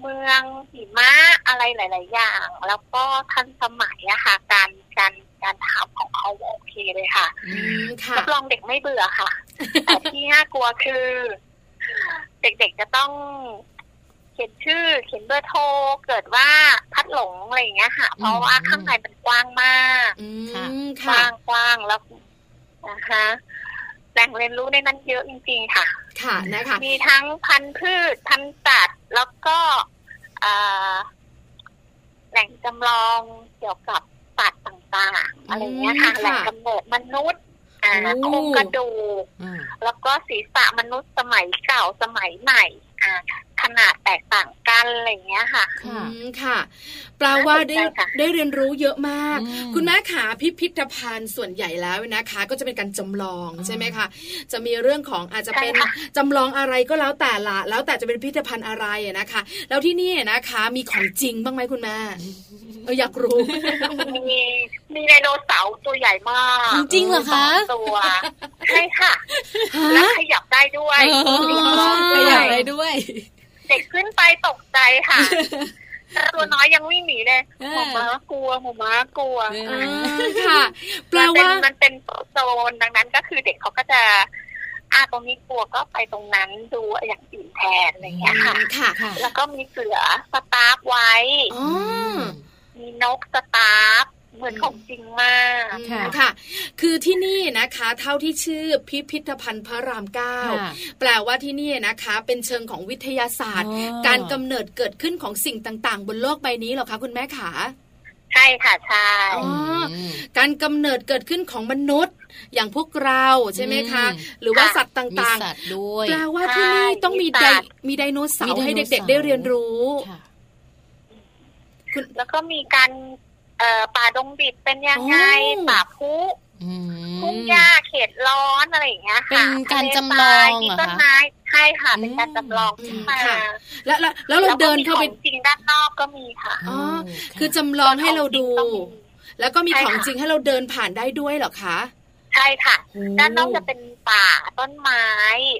Speaker 6: เมืองหิมะอะไรหลาย ๆ อย่าง แล้วก็ทันสมัยอะค่ะ การการการทำของเขาโอเคเลยค่ะ
Speaker 3: อืมค่ะ
Speaker 6: รับรองเด็กไม่เบื่อค่ะ แต่ที่น่ากลัวคือ เด็กๆจะต้องเขียนชื่อ เขียนเบอร์โทร เกิดว่าพัดหลงอะไรอย่างเงี้ยค่ะ เพราะว่าข้างในมันกว้างมาก
Speaker 3: อื
Speaker 2: ค่ะ
Speaker 3: ม
Speaker 6: ก
Speaker 3: ค่ะ
Speaker 6: ว้างกว้างๆแล้วนะคะแหล่งเรียนรู้ในนั้นเยอะจริงๆค่ะ
Speaker 3: ค่ะนะคะ
Speaker 6: มีทั้งพันธุ์พืช พันธุ์สัตว์แล้วก็เอ่อแหล่งจำลองเกี่ยวกับสัตว์ต่างๆ อะไรอย่างเงี้ยค่ะ
Speaker 3: อืมค่ะ
Speaker 6: แหล่งกำเนิดมนุษย์อ่า
Speaker 3: โอ้
Speaker 6: โครงกระดูก
Speaker 2: อ่า
Speaker 6: แล้วก็ศีรษะมนุษย์สมัยเก่าสมัยใหม่อ่าขนาดแตกต่างกันอะไรอย่างเงี้ยค่ะ
Speaker 3: อื
Speaker 2: ค่ะ
Speaker 3: มค่ะแปลว่าได้
Speaker 6: น่าสนใจค่ะ
Speaker 3: ได้เรียนรู้เยอะมาก
Speaker 2: อืม
Speaker 3: คุณแม่ขาพิพิธภัณฑ์ส่วนใหญ่แล้วนะคะ ก็จะเป็นการจำลอง
Speaker 2: อ่า
Speaker 3: ใช่ไหมคะจะมีเรื่องของอาจจะเป็น
Speaker 6: ใช่ค่ะ
Speaker 3: จำลองอะไรก็แล้วแต่ละ แล้วแต่จะเป็นพิพิธภัณฑ์อะไรอะนะคะ แล้วที่นี่นะคะ มีของจริงบ้างไหมคุณแม่เอออยากรู้
Speaker 6: มีมีไดโนเสาร์ตัวใหญ่มาก
Speaker 2: จริงเหรอคะ
Speaker 6: สองตัวใช่ค่ะ และขยับได้ด้วย
Speaker 2: เออ
Speaker 3: ไป
Speaker 2: ไปอ
Speaker 3: อาย
Speaker 2: ย่าง ก
Speaker 3: ไร
Speaker 2: ไร
Speaker 3: ด้
Speaker 2: ด้
Speaker 3: ว
Speaker 2: วย ย
Speaker 6: เด็กขึ้นไปตกใจค่ะ ตัวน้อยยังวิ่งหนีเลย
Speaker 2: เออ
Speaker 6: หมูม้ากลัวหมูม้ากลัว
Speaker 2: เอ
Speaker 3: อ่า
Speaker 2: อ
Speaker 3: ค่ะแปลว่า
Speaker 6: นเป็นมันเป็นโซนดังนั้นก็คือเด็กเขาก็จะอ่าตรงนี้กลัวก็ไปตรงนั้นดูอย่างอื่นแทนอะไรอย่างเงี้ยค่ะ
Speaker 3: ค่ะ
Speaker 2: ค่ะ
Speaker 6: แล้วก็มีเสือสตาร์ฟไว้
Speaker 3: อ๋อ
Speaker 6: มีนกสตาร์ฟเหมือนของจริงมาก
Speaker 3: อืม
Speaker 2: ค่ะ
Speaker 3: ค่ะ คือที่นี่นะคะ เท่าที่ชื่อพิพิธภัณฑ์พระรามเก้า
Speaker 2: ค่ะ
Speaker 3: แปลว่าที่นี่นะคะ เป็นเชิงของวิทยาศาสตร์
Speaker 2: อ๋อ
Speaker 3: การกำเนิดเกิดขึ้นของสิ่งต่าง ๆ บนโลกใบนี้เหรอคะคุณแม่ขา
Speaker 6: ใช่ค่ะใช่
Speaker 3: อ๋อ
Speaker 2: ม
Speaker 3: การกำเนิดเกิดขึ้นของมนุษย์ อย่างพวกเราใช่ไหมคะ
Speaker 2: อืม
Speaker 3: หรือว่า
Speaker 6: ค่ะ
Speaker 3: สัตว์ต
Speaker 2: มี่
Speaker 3: าง
Speaker 2: สัตว์ด้วย
Speaker 3: ๆ แปลว่าที่นี่ต้องมีได
Speaker 6: มีสัตว์
Speaker 3: มีไดโนเสา
Speaker 2: มี
Speaker 3: ร์
Speaker 2: ไดโนเสาร์
Speaker 3: ให้เด็ก ๆ ได้เรียนรู้
Speaker 2: ค่ะ
Speaker 3: คุณ
Speaker 6: แล้วก็มีการเอ่อป่าดงดิบเป็นยังไง
Speaker 3: โอ้
Speaker 6: ป่าพุ
Speaker 2: อืม
Speaker 6: ทุ่งหญ้าเขตร้อนอะไรอย่างเงี้ยค่ะ
Speaker 2: เป็นการจำลอง
Speaker 6: ทะเลทรายมี
Speaker 2: เหรอคะ
Speaker 6: ต้นไม้ใช่ค่ะ เป็นการ
Speaker 2: อืม
Speaker 6: จำลองขึ้นมา
Speaker 3: ค่ะ แล้วแล้วแล้วเราเดินเข้าไป
Speaker 6: แล้วก็มีของจริงด้านนอกก็มีค่ะ
Speaker 3: อ๋อ
Speaker 2: โะ
Speaker 3: คือจำลองให้เราดู
Speaker 6: ของจริงก็มี
Speaker 3: แล้วก็มี
Speaker 6: ใช่
Speaker 3: ของ
Speaker 6: ค่ะ
Speaker 3: จริงให้เราเดินผ่านได้ด้วยเหรอคะ
Speaker 6: ใช่ค่ะ
Speaker 3: โอ้
Speaker 6: ด้านนอกจะเป็นป่าต้นไม้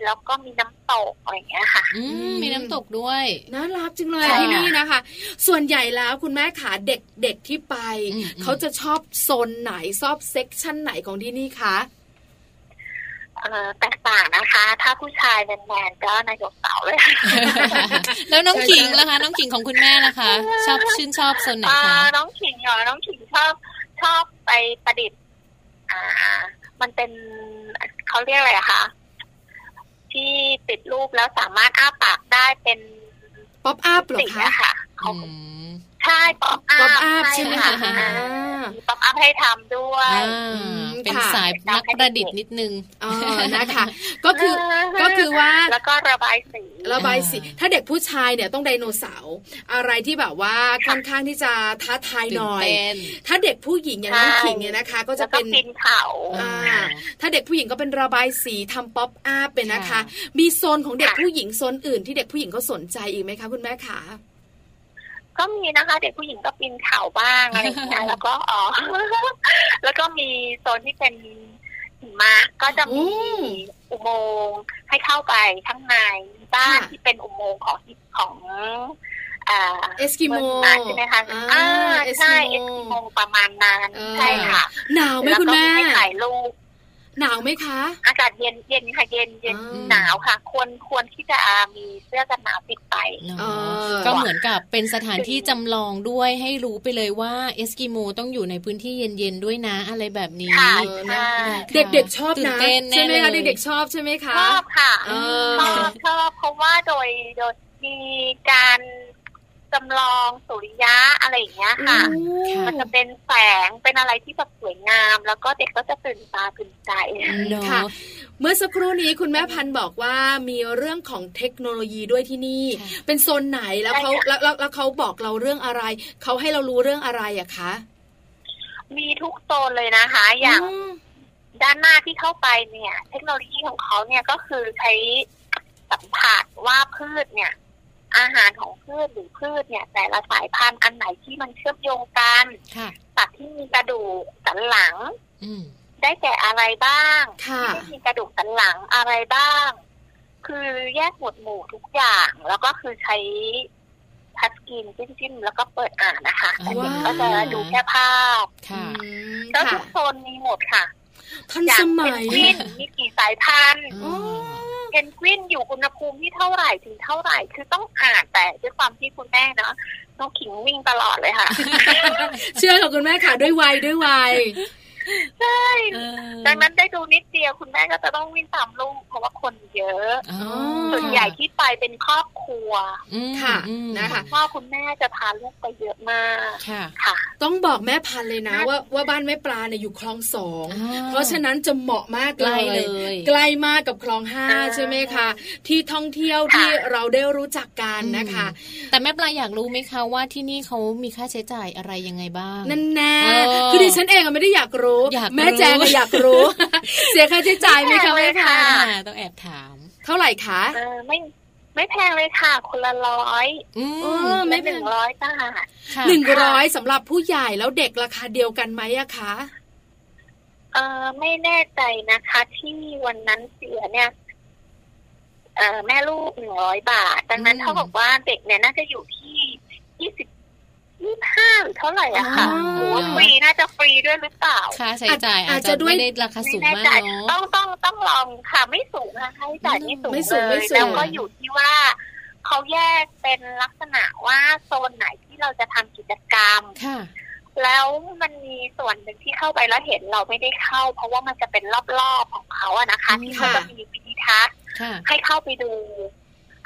Speaker 6: แล้วก็มีน้ำตกอะไรอย่างเงี้ยค่ะ
Speaker 2: อืมมีน้ำตกด้วย
Speaker 3: น่ารักจังเลยอะ
Speaker 6: ค่ะ
Speaker 3: ที่นี่นะคะ ส่วนใหญ่แล้วคุณแม่ขาเด็กเด็กที่ไป
Speaker 2: อืม
Speaker 3: เขาจะชอบโซนไหนชอบเซ็กชันไหนของที่นี่คะ
Speaker 6: เอ่อแตกต่างนะคะ ถ้าผู้ชายแมนๆก็นายกเสาเลย
Speaker 2: แล้วน้อง
Speaker 3: ใช่
Speaker 2: ขิง
Speaker 3: ใช่
Speaker 2: ล่ะคะ น้องขิงของคุณแม่ล่ะคะ ชอบชื่นชอบโซนไหน
Speaker 6: อ่า
Speaker 2: คะ
Speaker 6: น้องขิงเหรอน้องขิงชอบชอบไปประดิษฐ์ อ่า มันเป็นเขาเรียกอะไรอะคะที่ติดรูปแล้วสามารถอ้าปากได้เป็น
Speaker 3: ป๊อปอัพเหรอ
Speaker 6: สิ่ง
Speaker 3: คะ
Speaker 6: อะค่ะเขา
Speaker 2: อืม
Speaker 6: ใช่ป๊อปอัพ
Speaker 3: ป๊อปอัพใช่ไหมคะ
Speaker 2: ใช่
Speaker 3: อ่า
Speaker 2: ค่ะ
Speaker 6: มีป๊อปอัพให้ทำด้วย
Speaker 2: อ่า
Speaker 3: อืม
Speaker 2: เป็น
Speaker 3: ค่ะ
Speaker 2: สายนักประดิษฐ์นิดนึง
Speaker 3: เออนะคะ ก็คือก็คือว่า
Speaker 6: แล้วก็ระบายสี
Speaker 3: ระบายสี
Speaker 2: อ่า
Speaker 3: ถ้าเด็กผู้ชายเนี่ยต้องไดโนเสาร์อะไรที่แบบว่าค่อนข้างที่จะท้าทายหน่อย
Speaker 2: ตื่นเต้น
Speaker 3: ถ้าเด็กผู้หญิงอย่างน้องขิงเนี่ยนะคะ ก็จะ
Speaker 6: แล้วก็
Speaker 3: เป็น
Speaker 6: ปีนเขา
Speaker 3: อ่า
Speaker 2: อ่า
Speaker 3: ถ้าเด็กผู้หญิงก็เป็นระบายสีทำป๊อปอัพเป็นนะคะ
Speaker 2: ค่ะ
Speaker 3: มีโซนของเด็ก
Speaker 6: ค่ะ
Speaker 3: ผู้หญิงโซนอื่นที่เด็กผู้หญิงก็สนใจอีกไหมคะคุณแม่ขา
Speaker 6: ก็มีนะคะ เด็กผู้หญิงก็ปีนเขาบ้างอะไรอย่างเงี้ ยแล้วก็อ๋ อ แล้วก็มีโซนที่เป็นหิมะก็จะมีอุโมงค์ให้เข้าไปข้างในมีบ้านที่เป็นอุโมงค์ของของอ่า
Speaker 3: เอสกิโม
Speaker 6: เมืองหมาใช่ไหมคะ
Speaker 3: อ่า
Speaker 6: อ่า
Speaker 3: เอส
Speaker 6: ใช่
Speaker 3: กิ
Speaker 6: เอสกิ
Speaker 3: โม
Speaker 6: โมประมาณนั้น
Speaker 3: เออ
Speaker 6: ใช่ค่ะ
Speaker 3: หนาวไหม
Speaker 6: แล้ว
Speaker 3: คุณ
Speaker 6: ก็
Speaker 3: แม่
Speaker 6: ให้ถ่ายรูป
Speaker 3: หนาวไหมคะ
Speaker 6: อากาศเย็นเย็นค่ะเย็นเย็น
Speaker 3: อ่า
Speaker 6: หนาวค่ะ ควรควรที่จะมีเสื้อกันหนาวติดไป
Speaker 3: เอ
Speaker 2: เนาะ
Speaker 3: อ
Speaker 2: ก็เหมือนกับเป็นสถานที่จำลองด้วยให้รู้ไปเลยว่าเอสกิโมต้องอยู่ในพื้นที่เย็นๆด้วยนะอะไรแบบนี้
Speaker 6: ค่ะ
Speaker 3: เออ
Speaker 6: ใช่
Speaker 3: เด็กๆชอบ
Speaker 2: ตื่น
Speaker 3: นะ
Speaker 2: เต้นแน่
Speaker 3: ใช่ไหมคะ
Speaker 2: เลย
Speaker 3: เด็กๆชอบใช่ไหมคะ
Speaker 6: ชอบค่ะ
Speaker 3: เออ
Speaker 6: ชอบชอบเพราะว่าโดยโดยมีการจำลองสุริยะอะไรอย่างเงี้ยค่ะ
Speaker 2: ค่ะ
Speaker 6: มันจะเป็นแสงเป็นอะไรที่แบบสวยงาม แล้วก็เด็กก็จะตื่นตาตื่นใจ
Speaker 2: เนา
Speaker 3: ค่ะ
Speaker 2: ะ
Speaker 3: เมื่อสักครู่นี้คุณแม่พันธุ์บอกว่ามีเรื่องของเทคโนโลยีด้วยที่นี่
Speaker 2: ค่ะ
Speaker 3: เป็นโซนไหนแล้วเขา
Speaker 6: ใช่ค่ะ
Speaker 3: แล้วแล้วแล้วเขาบอกเราเรื่องอะไรเขาให้เรารู้เรื่องอะไรอะคะ
Speaker 6: มีทุกโซนเลยนะคะ อย่าง
Speaker 3: อืม
Speaker 6: ด้านหน้าที่เข้าไปเนี่ย เทคโนโลยีของเขาเนี่ยก็คือใช้สัมผัสว่าพืชเนี่ย อาหารของพืชหรือพืชเนี่ย แต่ละสายพันธุ์อันไหนที่มันเชื่อมโยงกัน
Speaker 2: ค่ะ
Speaker 6: สัตว์ที่มีกระดูกสันหลัง
Speaker 2: อืม
Speaker 6: ได้แก่อะไรบ้าง
Speaker 3: ค่ะ
Speaker 6: ที่มีกระดูกสันหลังอะไรบ้าง คือแยกหมวดหมู่ทุกอย่าง แล้วก็คือใช้ทัชสกรีนจิ้มจิ้มๆแล้วก็เปิดอ่านนะคะ
Speaker 2: ว้าว
Speaker 6: เด็กก็จะดูแค่ภาพ
Speaker 2: ค่ะ
Speaker 3: อืม
Speaker 6: แล้วทุ
Speaker 3: ค่ะ
Speaker 6: กโซนมีหมดค่ะ
Speaker 3: ทัน
Speaker 6: อย่า
Speaker 3: ส
Speaker 6: งเพ
Speaker 3: มัน ย
Speaker 6: กวินมีกี่สายพันธุ์
Speaker 2: อ๋อ
Speaker 6: เพนกวินอยู่อุณหภูมิที่เท่าไหร่ถึงเท่าไหร่ คือต้องอ่านแต่ด้วยความที่คุณแม่เนาะน้องขิงวิ่งตลอดเลยค่ะ
Speaker 3: เชื่อค่ะคุณแม่ค่ะด้วยวัยด้วยวัย
Speaker 6: ใช่
Speaker 2: เออ
Speaker 6: ดังนั้นได้ดูนิดเดียวคุณแม่ก็จะต้องวิ่งตามลูกเพราะว่าคนเยอะ
Speaker 2: อ๋อ
Speaker 6: ส่วนใหญ่ที่ไปเป็นครอบครัว
Speaker 2: อืม
Speaker 3: ค่ะ
Speaker 2: อืม
Speaker 3: นะคะ
Speaker 6: พ่อคุณแม่จะพาลูกไปเยอะมาก
Speaker 2: ค่ะ
Speaker 6: ค่ะ
Speaker 3: ต้องบอกแม่พันธุ์เลยนะ ว่าว่าบ้านแม่ปลาเนี่ยอยู่คลองสอง
Speaker 2: อ่
Speaker 3: เพราะฉะนั้นจะเหมาะมาก
Speaker 2: ใก
Speaker 3: เล
Speaker 2: ล้
Speaker 3: ย
Speaker 2: เลย
Speaker 3: ใกล้มากกับคลองห้า
Speaker 6: อ่า
Speaker 3: ใช่ไหมคะที่ท่องเที่ยว
Speaker 6: ค่ะ
Speaker 3: ที่เราได้รู้จักกันนะคะ
Speaker 2: แต่แม่ปลาอยากรู้ไหมคะว่าที่นี่เขามีค่าใช้จ่ายอะไรยังไงบ้าง
Speaker 3: นั่นแน่
Speaker 2: เออ
Speaker 3: คือดิฉันเองอะไม่ได้อยากรู้
Speaker 2: อยากรู้
Speaker 3: แม่แจงอะอยาก รู้ เสียค่าใช้จ่ายไหมคะแม่คะ
Speaker 2: อ่าต้องแอบถาม
Speaker 3: เท่าไหร่คะ
Speaker 6: เออไม่ไม่แพงเลยค่ะ คนละร้อย
Speaker 2: อื
Speaker 3: เอ
Speaker 2: ม
Speaker 3: อไม่
Speaker 6: ละ
Speaker 3: แพง
Speaker 6: หนึ่งร้อยบาท
Speaker 2: ค่ะ
Speaker 3: หนึ่งร้อยสำหรับผู้ใหญ่แล้วเด็กราคาเดียวกันไหมอะคะ
Speaker 6: เออไม่แน่ใจนะคะ ที่วันนั้นเสียเนี่ย เออแม่ลูกหนึ่งร้อยบาท ดังนั้นเท่ากับว่าเด็กเนี่ยน่าจะอยู่ที่ยี่สิบยี่ห้าหรือเท่าไหร่อะค่ะหรือว่าฟรีน่าจะฟรีด้วยหรือเปล่า
Speaker 2: ค่าใช้จ่ายอาจจะไม่ได้ราคาสูงมากเนาะ
Speaker 6: ต้องต้องต้องลองค่ะไม่สูงนะคะให้จ่ายไม่สูง
Speaker 3: ไม่สูง
Speaker 6: เล
Speaker 3: ไม่
Speaker 6: ย
Speaker 3: สู
Speaker 6: แล้ว
Speaker 3: ง
Speaker 6: ก็อยู่ที่ว่าเขาแยกเป็นลักษณะว่าโซนไหนที่เราจะทำกิจกรรม
Speaker 2: ค่ะ
Speaker 6: แล้วมันมีส่วนหนึ่งที่เข้าไปแล้วเห็นเราไม่ได้เข้า เพราะว่ามันจะเป็นรอบๆของเขาอะนะคะ
Speaker 2: อืม
Speaker 6: ที่เขาจะมีวิดีทัศน์
Speaker 2: ค่ะ
Speaker 6: ให้เข้าไปดู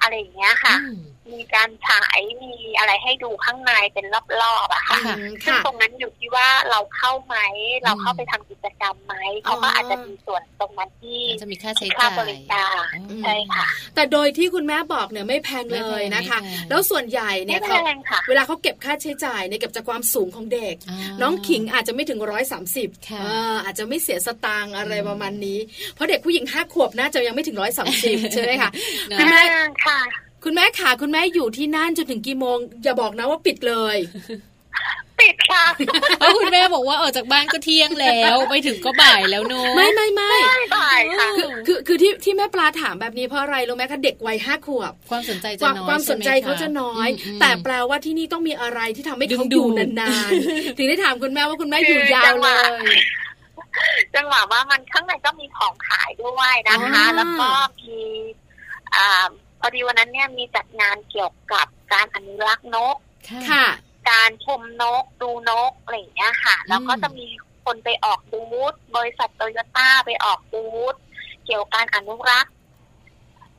Speaker 6: อะไรอย่างเงี้ยค่ะ
Speaker 2: อืม
Speaker 6: มีการฉายมีอะไรให้ดูข้างในเป็นรอบๆอะค่ะ
Speaker 2: ค่ะ
Speaker 3: อืม
Speaker 6: ซึ่ง
Speaker 3: ค่ะ
Speaker 6: ตรงนั้นอยู่ที่ว่าเราเข้าไหม เราเข้าไปทำกิจกรรมไหมเขาก็อาจจะมีส่วนตรงนั้นที่
Speaker 2: อาจจะมีค่าใช้
Speaker 6: ค่า
Speaker 2: จ่าย
Speaker 6: บริการ
Speaker 2: อืม
Speaker 6: ใช่ค่ะ
Speaker 3: แต่โดยที่คุณแม่บอกเนี่ยไม่แพง
Speaker 2: ไม่
Speaker 3: เล
Speaker 2: แพง
Speaker 3: ยนะคะ
Speaker 2: ไม่แพง
Speaker 3: แล้วส่วนใหญ่
Speaker 6: ไม่
Speaker 3: เนี่ย
Speaker 6: แพ
Speaker 3: เขา
Speaker 6: งค่ะ
Speaker 3: เวลาเขาเก็บค่าใช้จ่ายเนี่ยเก็บจากความสูงของเด็ก
Speaker 2: อ่า
Speaker 3: น้องขิงอาจจะไม่ถึงร้อยสามสิบ
Speaker 2: ค่ะ
Speaker 3: อาจจะไม่เสียสตางค์อะไร
Speaker 2: อืม
Speaker 3: ประมาณนี้ เพราะเด็กผู้หญิงห้าขวบน่าจะยังไม่ถึงร้อยสาม สิบใช่ไหมคะ
Speaker 2: นะ
Speaker 3: คุณแม่
Speaker 6: ไม่แพงค่ะ
Speaker 3: คุณแม่ขาคุณแม่อยู่ที่นั่นจนถึงกี่โมง อย่าบอกนะว่าปิดเลย
Speaker 6: ปิดค่ะ
Speaker 2: เพราะคุณแม่บอกว่าออกจากบ้านก็เที่ยงแล้ว ไปถึงก็บ่ายแล้วเนอะ
Speaker 3: ไม่ไม่ไม่
Speaker 6: ไม่บ่ายค่ะ
Speaker 3: คือคือคือที่ที่แม่ปลาถามแบบนี้เพราะอะไรรู้ไหมคะเด็กวัยห้าขวบ
Speaker 2: ความสนใจ
Speaker 3: ค
Speaker 2: จะ
Speaker 3: วาม
Speaker 2: น้อย
Speaker 3: ความสนใจ
Speaker 2: ช่ไหค
Speaker 3: เขาจะน้อย
Speaker 2: ม
Speaker 3: แต่แปลว่าที่นี่ต้องมีอะไรที่ทำให้
Speaker 2: ดึ
Speaker 3: เขา
Speaker 2: ง
Speaker 3: อ
Speaker 2: ดู
Speaker 3: ยู่
Speaker 2: ด
Speaker 3: นานๆ ถึงได้ถามคุณแม่ว่าคุณแม่
Speaker 6: คื
Speaker 3: อ
Speaker 6: ออยู่
Speaker 3: ยาว
Speaker 6: จังห
Speaker 3: เล
Speaker 6: วะ
Speaker 3: ย
Speaker 6: จังหวะว่ามันข้างในก็มีของขายด้วยนะคะ
Speaker 3: อ่า
Speaker 6: แล้วก็มีอ่าพอดีวันนั้นเนี่ยมีจัดงานเกี่ยวกับการอนุรักษ์นก
Speaker 2: ค่ะ
Speaker 3: ค่ะ
Speaker 6: การชมนกดูนกอะไรอย่างเงี้ยค่ะ แล้วก็
Speaker 2: อืม
Speaker 6: จะมีคนไปออกบูธบริษัทโตโยต้าไปออกบูธเกี่ยวกับการอนุรักษ์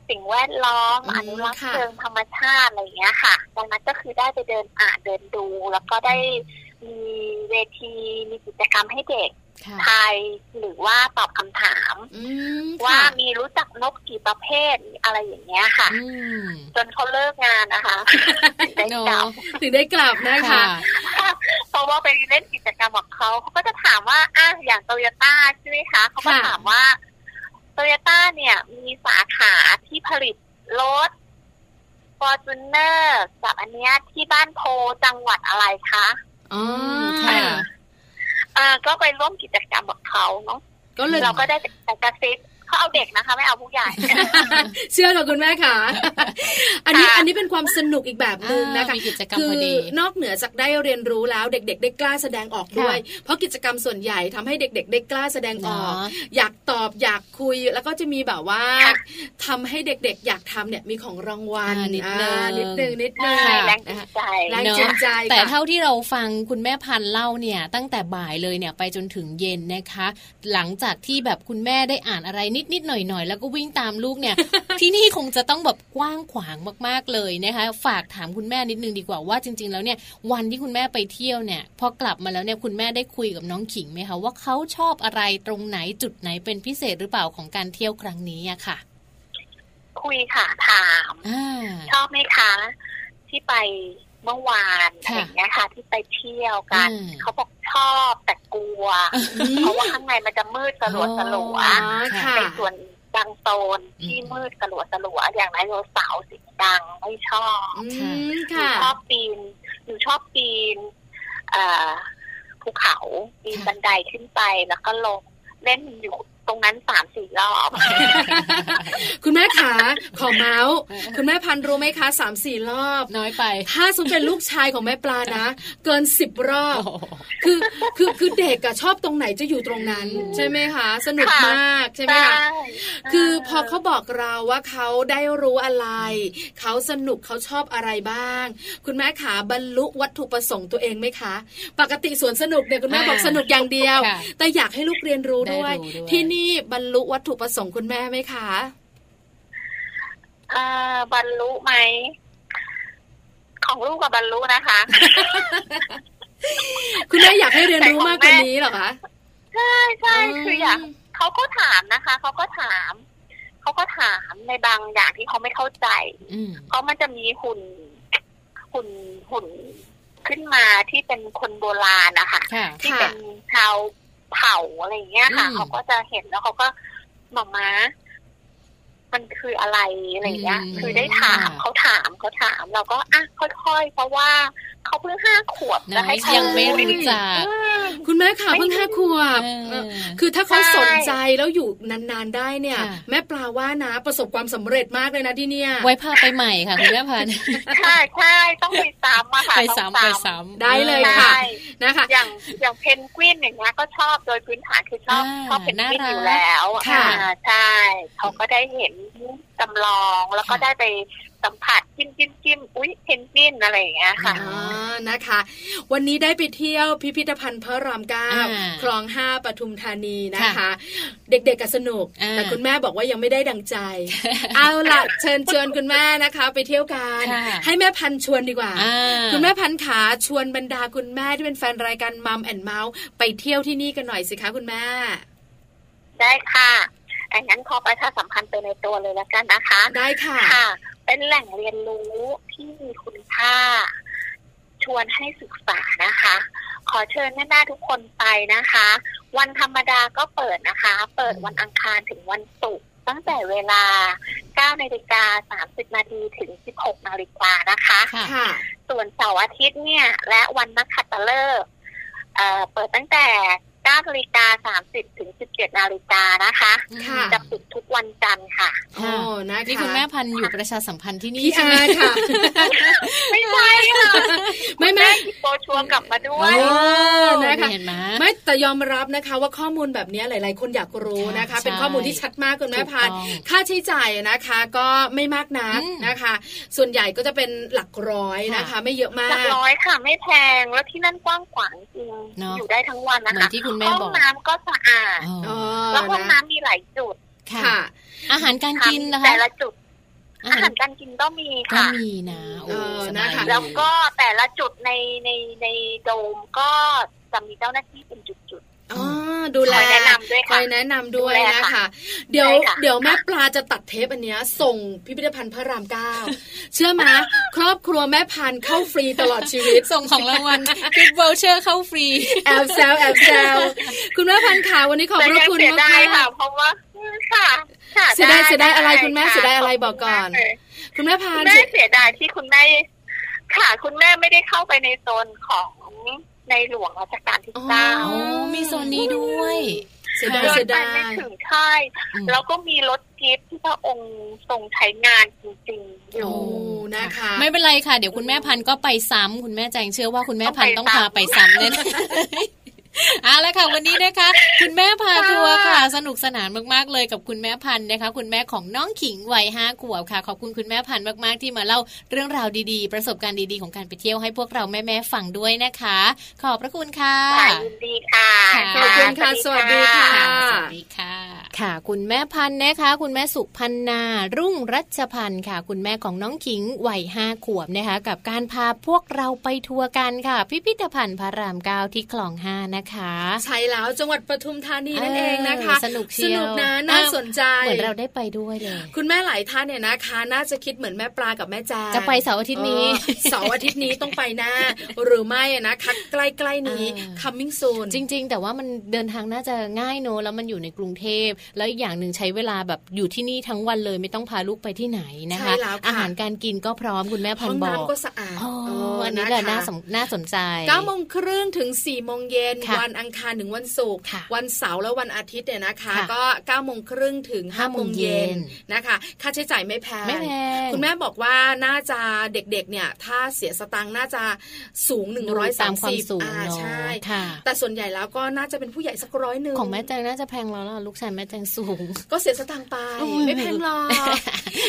Speaker 6: สิ่งแวดล้อม
Speaker 3: อืม
Speaker 6: อนุรักษ์
Speaker 3: ค่ะ
Speaker 6: เชิงธรรมชาติอะไรอย่างเงี้ยค่ะดังนั้นก็คือได้ไปเดินอ่านเดินดู แล้วก็ได้มีเวทีมีกิจกรรมให้เด็ก
Speaker 2: ค่ะ
Speaker 6: ทายหรือว่าตอบคำถาม
Speaker 3: อืม
Speaker 6: ว่า
Speaker 3: ค่ะ
Speaker 6: มีรู้จักนกกี่ประเภทอะไรอย่างเงี้ยค่ะ
Speaker 2: อืม
Speaker 6: จนเขาเลิกงานนะคะได้
Speaker 2: เน
Speaker 6: กลับ
Speaker 2: อะ
Speaker 3: ถึงได้กลับนะคะ
Speaker 2: ค่ะ
Speaker 6: เพราะว่าไปเล่นกิจกรรมของเขาเขาก็จะถามว่าอ่ะอย่างโตโยต้าใช่ไหมคะเขาก็
Speaker 3: ค่ะ
Speaker 6: ถามว่าโตโยต้าเนี่ย มีสาขาที่ผลิตรถฟอร์จูเนอร์กับอันเนี้ยที่บ้านโพจังหวัดอะไรคะ
Speaker 3: อ๋อ
Speaker 2: ค่ะ
Speaker 6: อ่าก็ไปร่วมกิจกรรมกับเขาเนาะ
Speaker 3: ก็เลย
Speaker 6: เราก็ได้แต่กระซิบ เขาเอาเด็กนะคะ ไม่เอาผู้ใหญ่
Speaker 3: เชื่อค่ะคุณแม่ค่ะ อันนี้
Speaker 6: ค่ะ
Speaker 3: อันนี้เป็นความสนุกอีกแบบหนึ่งนะคะ
Speaker 7: มีกิจกรรม
Speaker 3: คื
Speaker 7: พ
Speaker 3: อ
Speaker 7: อดี
Speaker 3: นอกเหนือจากได้เรียนรู้แล้วเด็ก ๆ ได้กล้าแสดงออกด้วย เพราะกิจกรรมส่วนใหญ่ทำให้เด็ก ๆ ได้กล้าแสดงออก
Speaker 7: เนอะ
Speaker 3: อยากตอบอยากคุยแล้วก็จะมีแบบว่า
Speaker 6: ค่ะ
Speaker 3: ทำให้เด็ก ๆ อยากทำเนี่ยมีของรางวัล
Speaker 7: อ่านิดนึง
Speaker 3: อ่านิดนึงนิดนึง
Speaker 6: ใช่แรงจูงใจ
Speaker 3: แรง
Speaker 7: เนอะ
Speaker 3: จูงใจค่ะ
Speaker 7: แต่เท่าที่เราฟังคุณแม่พันธุ์เล่าเนี่ย ตั้งแต่บ่ายเลยเนี่ยไปจนถึงเย็นนะคะ หลังจากที่แบบคุณแม่ได้อ่านอะไรนิดนิดๆหน่อยหน่อยๆ แล้วก็วิ่งตามลูก เนี่ย ที่นี่คงจะต้องแบบกว้างขวางมากๆเลยนะคะ ฝากถามคุณแม่นิดนึงดีกว่าว่าจริง ๆ แล้วเนี่ยวันที่คุณแม่ไปเที่ยวเนี่ย พอกลับมาแล้วเนี่ยคุณแม่ได้คุยกับน้องขิงไหมคะว่าเขาชอบอะไรตรงไหนจุดไหนเป็นพิเศษหรือเปล่าของการเที่ยวครั้งนี้อะค่ะ
Speaker 6: คุยค่ะถาม
Speaker 7: อ่า
Speaker 6: ชอบไหมคะ ที่ไปเมื่อวาน
Speaker 7: ค่ะ
Speaker 6: อย่างเงี้ยค่ะ ที่ไปเที่ยวกัน
Speaker 7: อืม
Speaker 6: เขาบอกชอบแต่กลัว เพราะว่าข้างในมันจะมืดสลัวสลัว
Speaker 3: อ๋อ
Speaker 7: ค่ะ
Speaker 3: ค่ะ
Speaker 6: ในส่วนบางโซนที่มืดสลัวสลัวอย่างไดโนเสาร์สีดังไม่ชอบ
Speaker 3: อื
Speaker 7: ค่ะ
Speaker 3: ม
Speaker 6: หนู
Speaker 3: ค่ะ
Speaker 6: ชอบปีนหนูชอบปีนเอ่อภูเขาปีน
Speaker 7: ค่ะ
Speaker 6: บันไดขึ้นไปแล้วก็ลงเล่นอยู่ตรงนั้นสามสี่รอบ
Speaker 3: คุณแม่ขาขอเมาส์คุณแม่พันธุ์รู้ไหมคะสามสี่รอบ
Speaker 7: น้อยไป
Speaker 3: ถ้าสมมติเป็นลูกชายของแม่ปลานะ เกินสิบรอบ คือคือคือเด็กอะชอบตรงไหนจะอยู่ตรงนั้น ใช่ไหมคะสนุกมากใช่ไหมคะ คือพอเขาบอกเราว่าเขาได้รู้อะไร เขาสนุกเขาชอบอะไรบ้าง คุณแม่ขาบรรลุวัตถุประสงค์ตัวเองไหมคะ ปกติสวนสนุกเนี่ยคุณแม่
Speaker 7: อ่า
Speaker 3: บอกสนุกอย่างเดียว
Speaker 7: ค่ะ
Speaker 3: แต่อยากให้ลูกเรียนรู้ด้วย
Speaker 7: ได้รู้ด้วย
Speaker 3: ที่นี่บรรลุวัตถุประสงค์คุณแม่ไหมคะ
Speaker 6: เอ่อบรรลุไหม ของลูกกับบรรลุนะคะ
Speaker 3: คุณแม่อยากให้เรียนรู้มากกว่านี้เหรอคะ
Speaker 6: ใช่ใช่คืออยาก
Speaker 3: อืม
Speaker 6: เขาก็ถามนะคะ เขาก็ถาม เขาก็ถามในบางอย่างที่เขาไม่เข้าใจ
Speaker 7: อืม
Speaker 6: เพราะมันจะมีหุ่นหุ่นหุ่นขึ้นมาที่เป็นคนโบราณนะคะ
Speaker 7: ค่ะ
Speaker 6: ที่
Speaker 3: ค่ะ
Speaker 6: เป็นชาวเผ่าอะไรอย่างเงี้ยค่ะ
Speaker 7: อืม
Speaker 6: เขาก็จะเห็นแล้วเขาก็หมาม้ามันคืออะไรอะไรอย่างเงี้ย
Speaker 7: อืม
Speaker 6: คือได้ถามเขาถามเขาถามเราก็อ่ะค่อยๆเพราะว่าเขาเพิ่งห้าขวบ
Speaker 7: น้
Speaker 6: จะ
Speaker 7: อย
Speaker 6: ให้เขา
Speaker 7: ยังไม่รู้จัก
Speaker 6: อืม
Speaker 3: คุณแม่ขาเพิ่งห้าขวบ
Speaker 7: เออ
Speaker 3: คือถ้าเขา
Speaker 6: ใช่
Speaker 3: สนใจแล้วอยู่นานๆได้เนี่ย
Speaker 7: ค่ะ
Speaker 3: แม่ปลาว่านะประสบความสำเร็จมากเลยนะที่เนี่ย
Speaker 7: ไว้พาไปใหม่ค่ะ คุณแม่พันธุ์
Speaker 6: ใช่ใช่ต้องไปซ้ำอะค่ะ
Speaker 7: ไป
Speaker 6: ต้อง
Speaker 7: ซ้ำไปซ้ำ
Speaker 3: ได้เลย
Speaker 6: ใช่
Speaker 3: ค่ะ นะคะ
Speaker 6: อย่างอย่างเพนกวินอย่างเงี้ยก็ชอบโดยพื้นฐานคือชอบ
Speaker 7: อ่า
Speaker 6: ชอบเพนกวิน
Speaker 7: น่ารัก
Speaker 6: อยู่แล้ว
Speaker 7: ค่ะ
Speaker 6: อ่าใช่เขาก็ได้เห็นจำลองแล้วก็ได้ไปสัมผัสจิ้มจิ้มจิ้มอุ้ยเพนกวินอะไรอย่างเงี้ยค่ะ
Speaker 3: อ่านะคะ วันนี้ได้ไปเที่ยวพิพิธภัณฑ์พระรามเก้า
Speaker 7: อ่า
Speaker 3: คลองห้าปทุมธานีนะ
Speaker 7: ค่ะ
Speaker 3: คะ เด็กๆก็สนุก
Speaker 7: อ่า
Speaker 3: แต่คุณแม่บอกว่ายังไม่ได้ดังใจ เอาล่ะ เชิญชวนคุณแม่นะคะ ไปเที่ยวกัน
Speaker 7: ค่ะ
Speaker 3: ให้แม่พันธุ์ชวนดีกว่า
Speaker 7: อ่า
Speaker 3: คุณแม่พันธุ์ขาชวนบรรดาคุณแม่ที่เป็นแฟนรายการมัมแอนเมาส์ไปเที่ยวที่นี่กันหน่อยสิคะคุณแม่
Speaker 6: ได้ค่ะอันนั้นขอประชาสัมพันธ์ไปในตัวเลยแล้วกันนะคะ
Speaker 3: ได้ค่ะ
Speaker 6: ค่ะ เป็นแหล่งเรียนรู้ที่มีคุณค่า ชวนให้ศึกษานะคะ ขอเชิญแม่ๆทุกคนไปนะคะ วันธรรมดาก็เปิดนะคะ เปิดวันอังคารถึงวันศุกร์ตั้งแต่เวลา 9นาฬิกา30นาทีถึง 16นาฬิกานะคะ
Speaker 7: ค่ะ
Speaker 3: ค่ะ
Speaker 6: ส่วนเสาร์อาทิตย์เนี่ย และวันนักขัตฤกษ์เอ่อเปิดตั้งแต่9นาฬิกา30ถึง17นาฬิกานะคะ
Speaker 3: ค่ะ
Speaker 6: จะปิดทุกวันจันทร์ค่ะ
Speaker 3: โอ้นะคะ
Speaker 7: นี่คุณแม่พันธุ์อยู่ประชาสัมพันธ์ที่นี่
Speaker 3: พี่
Speaker 7: ใช่
Speaker 3: อา
Speaker 7: ไหม
Speaker 3: ค่ะ
Speaker 6: ไม่ใช่ค่ะ
Speaker 3: ไม่
Speaker 6: แม่
Speaker 3: ไม่
Speaker 6: หยิบโปรชัวร์กลับมาด้ว
Speaker 7: โอ้
Speaker 6: ย
Speaker 3: อนะคะ
Speaker 7: เห็นไหม
Speaker 3: ไม่แต่ยอมรับนะคะว่าข้อมูลแบบนี้หลาย ๆ คนอยากรู้นะคะ
Speaker 7: ใช่
Speaker 3: เป็นข้อมูลที่ชัดมากคุณแม่พันธุ์
Speaker 7: ถูกต้อง
Speaker 3: ค่าใช้จ่ายนะคะ ก็ไม่มากนัก
Speaker 7: อืม
Speaker 3: นะคะ ส่วนใหญ่ก็จะเป็นหลักร้อยนะคะ
Speaker 7: ค่ะ
Speaker 3: ไม่เยอะมา
Speaker 6: หลัก
Speaker 3: ก
Speaker 6: ร้อยค่ะ ไม่แพง แล้วที่นั่นกว้างขวางจริง
Speaker 7: เนอะ
Speaker 6: อยู่ได้ทั้งวันนะ
Speaker 7: เหมือ
Speaker 6: คะ
Speaker 7: นที่คุณแม่
Speaker 6: ห้อง
Speaker 7: บอก
Speaker 6: น้ำก็สะอาด
Speaker 7: อ๋อ
Speaker 3: เออ
Speaker 6: แล้วห้อง
Speaker 3: นะ
Speaker 6: น้ำมีหลายจุด
Speaker 7: ค่ะ
Speaker 3: ค่ะ
Speaker 7: อาหารการกินนะ
Speaker 6: ค่ะ
Speaker 7: คะ
Speaker 6: แต่ละจุด
Speaker 7: อา
Speaker 6: อา
Speaker 7: หา
Speaker 6: หาร รการกินก็มี
Speaker 7: ก็
Speaker 6: ค่ะ
Speaker 7: มีนะโอ้
Speaker 3: เออ
Speaker 7: ส
Speaker 3: นะ
Speaker 7: บาย
Speaker 3: คะ
Speaker 7: ดี
Speaker 6: แล้วก็แต่ละจุดในในในโดมก็จะมีเจ้าหน้าที่เป็นจุด
Speaker 3: อ๋อดูแล
Speaker 6: คอยแนะนำด้วย
Speaker 3: ค
Speaker 6: ค่ะ
Speaker 3: อยแนะนำด้วย
Speaker 6: ดูแล
Speaker 3: นะคะ
Speaker 6: ค่ะ
Speaker 3: เดี๋ยว
Speaker 6: ใช่ค่ะ
Speaker 3: เดี๋ยวแม่ปลาจะตัดเทปอันเนี้ยส่งพิพิธภัณฑ์พระรามเก้าเชื่อไหม ครอบครัวแม่พันธุ์เข้าฟรีตลอดชีวิต
Speaker 7: ส่งของรางวัลกิฟต์วอลเชอร์เข้าฟรี
Speaker 3: แอบแซวแอบแซ วคุณแม่พันธุ์ขาวันนี้ข
Speaker 6: ๆ
Speaker 3: อบ
Speaker 6: แต่
Speaker 3: พระ
Speaker 6: ยัง
Speaker 3: คุณ
Speaker 6: เสีย
Speaker 3: มาก
Speaker 6: ดาย
Speaker 3: ค่ะ
Speaker 6: ค่ะ เพราะว่าค่ะค่ะ
Speaker 3: เสียดายเสียดายอะไรคุณแม่
Speaker 6: ะ
Speaker 3: เสียดายอะไรบอกก่อน
Speaker 6: ขบคุณมาก
Speaker 3: คุณแม่
Speaker 6: เลย
Speaker 3: พัน
Speaker 6: คุณ
Speaker 3: ธุ์
Speaker 6: แม่
Speaker 3: เสีย
Speaker 6: เสียดายที่คุณแม่ค่ะ คุณแม่ไม่ได้เข้าไปในโซนของในหลวงรัชกาลที่
Speaker 3: อ๋อ
Speaker 6: เก้า
Speaker 7: อ๋อ มีโซนนี้ด้วย
Speaker 3: เสียดาย
Speaker 6: เดิน
Speaker 3: เสีย
Speaker 6: ไป
Speaker 3: ดา
Speaker 6: ไม่
Speaker 3: ย
Speaker 6: ถึงใช่
Speaker 2: อืม
Speaker 6: แล้วก็มีรถจี๊ปที่พระองค์ทรงใช้งานจริงๆอยู่
Speaker 3: โอ้นะคะ
Speaker 2: ไม่เป็นไรค่ะ เดี๋ยวคุณแม่พันธุ์ก็ไปซ้ำคุณแม่แจงเชื่อว่าคุณแม่พันธุ์
Speaker 6: ต้
Speaker 2: ต้อ
Speaker 6: อง ง
Speaker 2: พา
Speaker 6: ไป
Speaker 2: ไป
Speaker 6: ซ้ำ
Speaker 2: ซ้ำแน่ ๆเอาละค่ะ วันนี้นะคะ คุณแม่พาทัวร์ค่ะ สนุกสนานมากๆเลยกับคุณแม่พันธุ์นะคะ คุณแม่ของน้องขิงวัยห้าขวบค่ะ ขอบคุณคุณแม่พันธุ์มากๆที่มาเล่าเรื่องราวดีๆ ประสบการณ์ดีๆของการไปเที่ยวให้พวกเราแม่ๆฟังด้วยนะคะ ขอบพระคุณค่ะ
Speaker 6: ค่ะยินดีค่ะ
Speaker 2: ขอบคุณค่ะ
Speaker 3: สวัสดีค่ะ
Speaker 2: ค่ะสวัสดีค่ะ ค่ะ คุณแม่พันธ์นะคะ คุณแม่สุพันนา รุ่งรัชพันธ์ค่ะ คุณแม่ของน้องขิงวัยห้าขวบนะคะ กับการพาพวกเราไปทัวร์กันค่ะ พิพิธภัณฑ์พระรามเก้าที่คลองห้านะคะ
Speaker 3: ใช่แล้วจังหวัดปทุมธานีนั่น
Speaker 2: เออ
Speaker 3: เองนะคะ
Speaker 2: สนุกเชีย
Speaker 3: ส
Speaker 2: ว
Speaker 3: นุกนะน่าสนใจ
Speaker 2: เหมือนเราได้ไปด้วยเลย
Speaker 3: คุณแม่หลายท่านเนี่ยนะคะ น่าจะคิดเหมือนแม่ปลากับแม่แจง
Speaker 2: จะไปเสาร์อาทิตย์นี้
Speaker 3: เออเสาร์อาทิตย์นี้ต้องไปห น้า หรือไม่อะนะคะใกล้ๆนี้
Speaker 2: เออ
Speaker 3: coming soon
Speaker 2: จริง ๆ แต่ว่ามันเดินทางน่าจะง่ายเนอะแล้วมันอยู่ในกรุงเทพ แล้วอีกอย่างหนึ่งใช้เวลาแบบอยู่ที่นี่ทั้งวันเลยไม่ต้องพาลูกไปที่ไหนนะคะ
Speaker 3: ใช่แล้วค่ะ
Speaker 2: อาหารการกินก็พร้อมคุณแม่พั
Speaker 3: ห้
Speaker 2: น
Speaker 3: อง
Speaker 2: ธ์บอก
Speaker 3: น้ำก็สะอาด
Speaker 2: อ๋อ
Speaker 3: เ
Speaker 2: อันนี้แหละ
Speaker 3: ค
Speaker 2: น่าสนน่าสนใจ
Speaker 3: 9โมงครึ่งถึง 4 โมงเย็น
Speaker 2: ค่ะ
Speaker 3: วันอังคารถึงวันศุกร์
Speaker 2: ค่ะ
Speaker 3: วันเสาร์และวันอาทิตย์เนี่ยนะคะ
Speaker 2: ค่ะ
Speaker 3: ก็9โมงครึ่งถึง5โมงเย็นนะคะ ค่าใช้จ่ายไม่แพง
Speaker 2: ไม่แพง
Speaker 3: คุณแม่บอกว่าน่าจะเด็กๆ เนี่ย ถ้าเสียสตังค์น่าจะสูง
Speaker 2: ดูตามความสูง
Speaker 3: 130อ่า
Speaker 2: เนอะ
Speaker 3: ใช่
Speaker 2: ค่ะ
Speaker 3: แต่ส่วนใหญ่แล้วก็น่าจะเป็นผู้ใหญ่สักร้อยหนึ่ง
Speaker 2: ของแม่แจงน่าจะแพงแล้วล่ะลูกชายแม่แจงสูง
Speaker 3: ก็เสียสตังค์ไป
Speaker 2: อืม
Speaker 3: ไม่แพงหรอก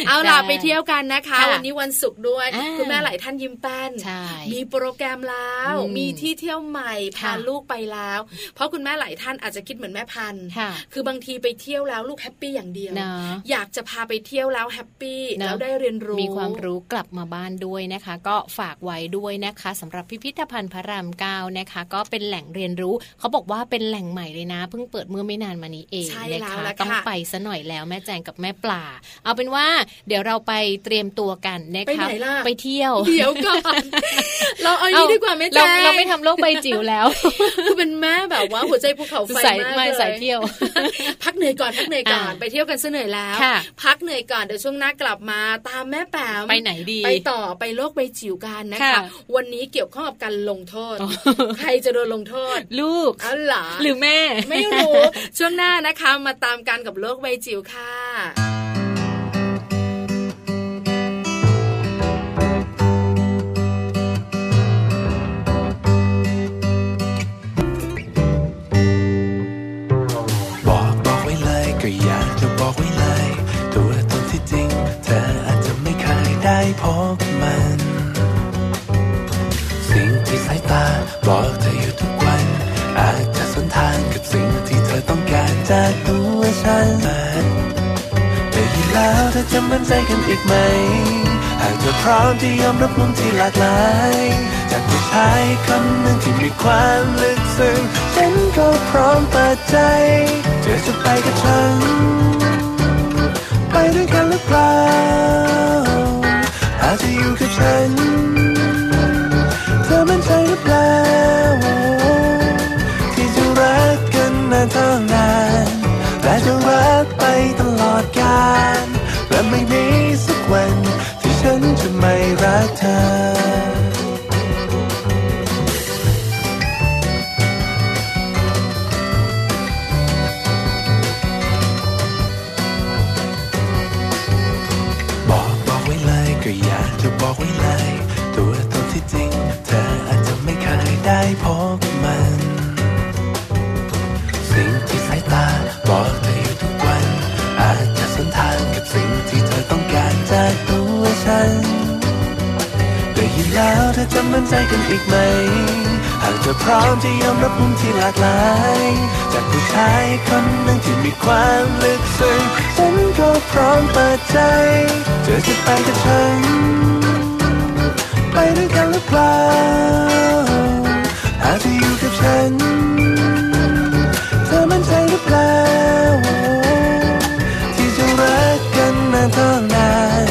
Speaker 3: เอาล่ะ
Speaker 2: ได้
Speaker 3: ไปเที่ยวกันนะคะ
Speaker 2: ค่ะ
Speaker 3: วันนี้วันศุกร์ด้วย
Speaker 2: อ่า
Speaker 3: คุณแม่หลายท่านยิ้มแป้น
Speaker 2: ใช่
Speaker 3: มีโปรแกรมแล้ว
Speaker 2: อืม
Speaker 3: มีที่เที่ยวใหม่พา
Speaker 2: ค่ะ
Speaker 3: ลูกไปแล้ว เพราะคุณแม่หลายท่านอาจจะคิดเหมือนแม่พันธุ์
Speaker 2: ค่ะ
Speaker 3: คือบางทีไปเที่ยวแล้วลูกแฮปปี้อย่างเดียว
Speaker 2: เนาะ
Speaker 3: อยากจะพาไปเที่ยวแล้วแฮปปี้
Speaker 2: เนอะ
Speaker 3: แล้วได้เรียนรู้
Speaker 2: มีความรู้กลับมาบ้านด้วยนะคะ ก็ฝากไว้ด้วยนะคะสำหรับพิพิธภัณฑ์พระรามเก้านะคะ ก็เป็นแหล่งเรียนรู้ เขาบอกว่าเป็นแหล่งใหม่เลยนะ เพิ่งเปิดเมื่อไม่นานมานี้เอง
Speaker 3: ใช่
Speaker 2: นะ
Speaker 3: แล้ว
Speaker 2: คะ
Speaker 3: ล่ะค่ะ
Speaker 2: ต้องไปซะหน่อยแล้วแม่แจงกับแม่ปลาเอาเป็นว่าเดี๋ยวเราไปเตรียมตัวกันนะ
Speaker 3: ไป
Speaker 2: คะ
Speaker 3: ไหนล่ะ
Speaker 2: ไปเที่ยว
Speaker 3: เดี๋ยวก่อน เราเอาอย่างนี้ดีกว่าแม่แจ
Speaker 2: เรา
Speaker 3: ง
Speaker 2: เรา ไม่ทำโลกใบจิ๋ว แล้ว
Speaker 3: คือเป็นแม่แบบว่าหัวใจภูเขาไฟ
Speaker 2: สาย
Speaker 3: มาก
Speaker 2: ไม่
Speaker 3: เลย
Speaker 2: สายเที่ยว
Speaker 3: พักเหนื่อยก่อนพักเหนื่อยก่อน
Speaker 2: อ่า
Speaker 3: ไปเที่ยวกันซะเหนื่อยแล้ว
Speaker 2: ค่ะ
Speaker 3: พักเหนื่อยก่อนเดี๋ยวช่วงหน้ากลับมาตามแม่แป๋ม
Speaker 2: ไปไหนดี
Speaker 3: ไปต่อไปโลกใบจิ๋วกันนะคะ
Speaker 2: ค่ะ
Speaker 3: วันนี้เกี่ยวข้องกับการลงโทษ
Speaker 2: อ๋อ
Speaker 3: ใครจะโดนลงโทษ
Speaker 2: ลูก
Speaker 3: เอาเหรอ
Speaker 2: หรือแม่
Speaker 3: ไม่รู้ ช่วงหน้านะคะมาตามกันกับโลกใบจิ๋วค่ะ
Speaker 4: บอกบอกไว้เลยก็อยากจะบอกไว้เลย ตัวตนที่จริง เธออาจจะไม่เคยได้พบมัน สิ่งที่สายตาบอกเธออยู่ทุกวัน อาจจะสวนทางกับสิ่งที่เธอต้องการจากตัวฉันแต่ยินแล้วเธอจะมั่นใจกันอีกไหม หากเธอพร้อมที่ยอมรับมุมที่หลากหลาย จากผู้ชายคนหนึ่งที่มีความลึกซึ้งฉันก็พร้อมเปิดใจ เธอจะไปกับฉัน ไปด้วยกันหรือเปล่าหากเธออยู่กับฉัน เธอมั่นใจหรือเปล่าที่จะรักกันนานเท่านานและจะรักไปตลอดกาลและไม่มีสักวัน ที่ฉันจะไม่รักเธอ บอกบอกไว้เลยก็อยากจะบอกไว้เลย ตัวตนที่จริง เธออาจจะไม่เคยได้พบมัน สิ่งที่สายตาบอกเธออยู่ทุกวัน อาจจะสวนทางกับสิ่งที่เธอต้องการจากตัวฉันได้ยินแล้วเธอจะมั่นใจกันอีกไหม หากเธอพร้อมจะยอมรับมุมที่หลากหลาย จากผู้ชายคนหนึ่งที่มีความลึกซึ้งฉันก็พร้อมเปิดใจ เธอจะไปกับฉัน ไปด้วยกันหรือเปล่าหากเธออยู่กับฉัน เธอมั่นใจหรือเปล่าที่จะรักกันนานเท่านาน